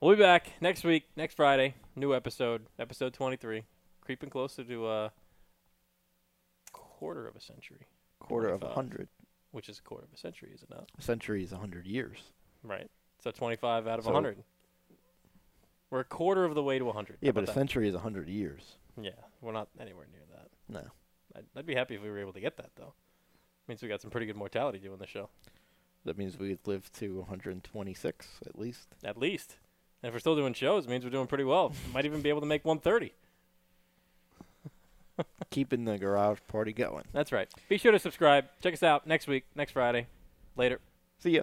Speaker 2: we'll be back next week, next Friday, new episode, episode 23, creeping closer to a quarter of a century,
Speaker 1: Quarter of a
Speaker 2: 25.
Speaker 1: hundred.
Speaker 2: which is a quarter of a century, is it not?
Speaker 1: A century is a hundred years.
Speaker 2: Right. So 25 out of
Speaker 1: So-
Speaker 2: 100. We're a quarter of the way to 100.
Speaker 1: Yeah,
Speaker 2: How
Speaker 1: but a
Speaker 2: about
Speaker 1: century is a hundred years.
Speaker 2: that? yeah, we're not anywhere near that.
Speaker 1: No.
Speaker 2: I'd, I'd be happy if we were able to get that though. Means we got some pretty good mortality doing the show,
Speaker 1: That means we'd live to 126 at least.
Speaker 2: at least. And if we're still doing shows, it means we're doing pretty well. Might even be able to make 130.
Speaker 1: Keeping the garage party going.
Speaker 2: That's right. Be sure to subscribe. Check us out next week, next Friday. Later.
Speaker 1: See ya.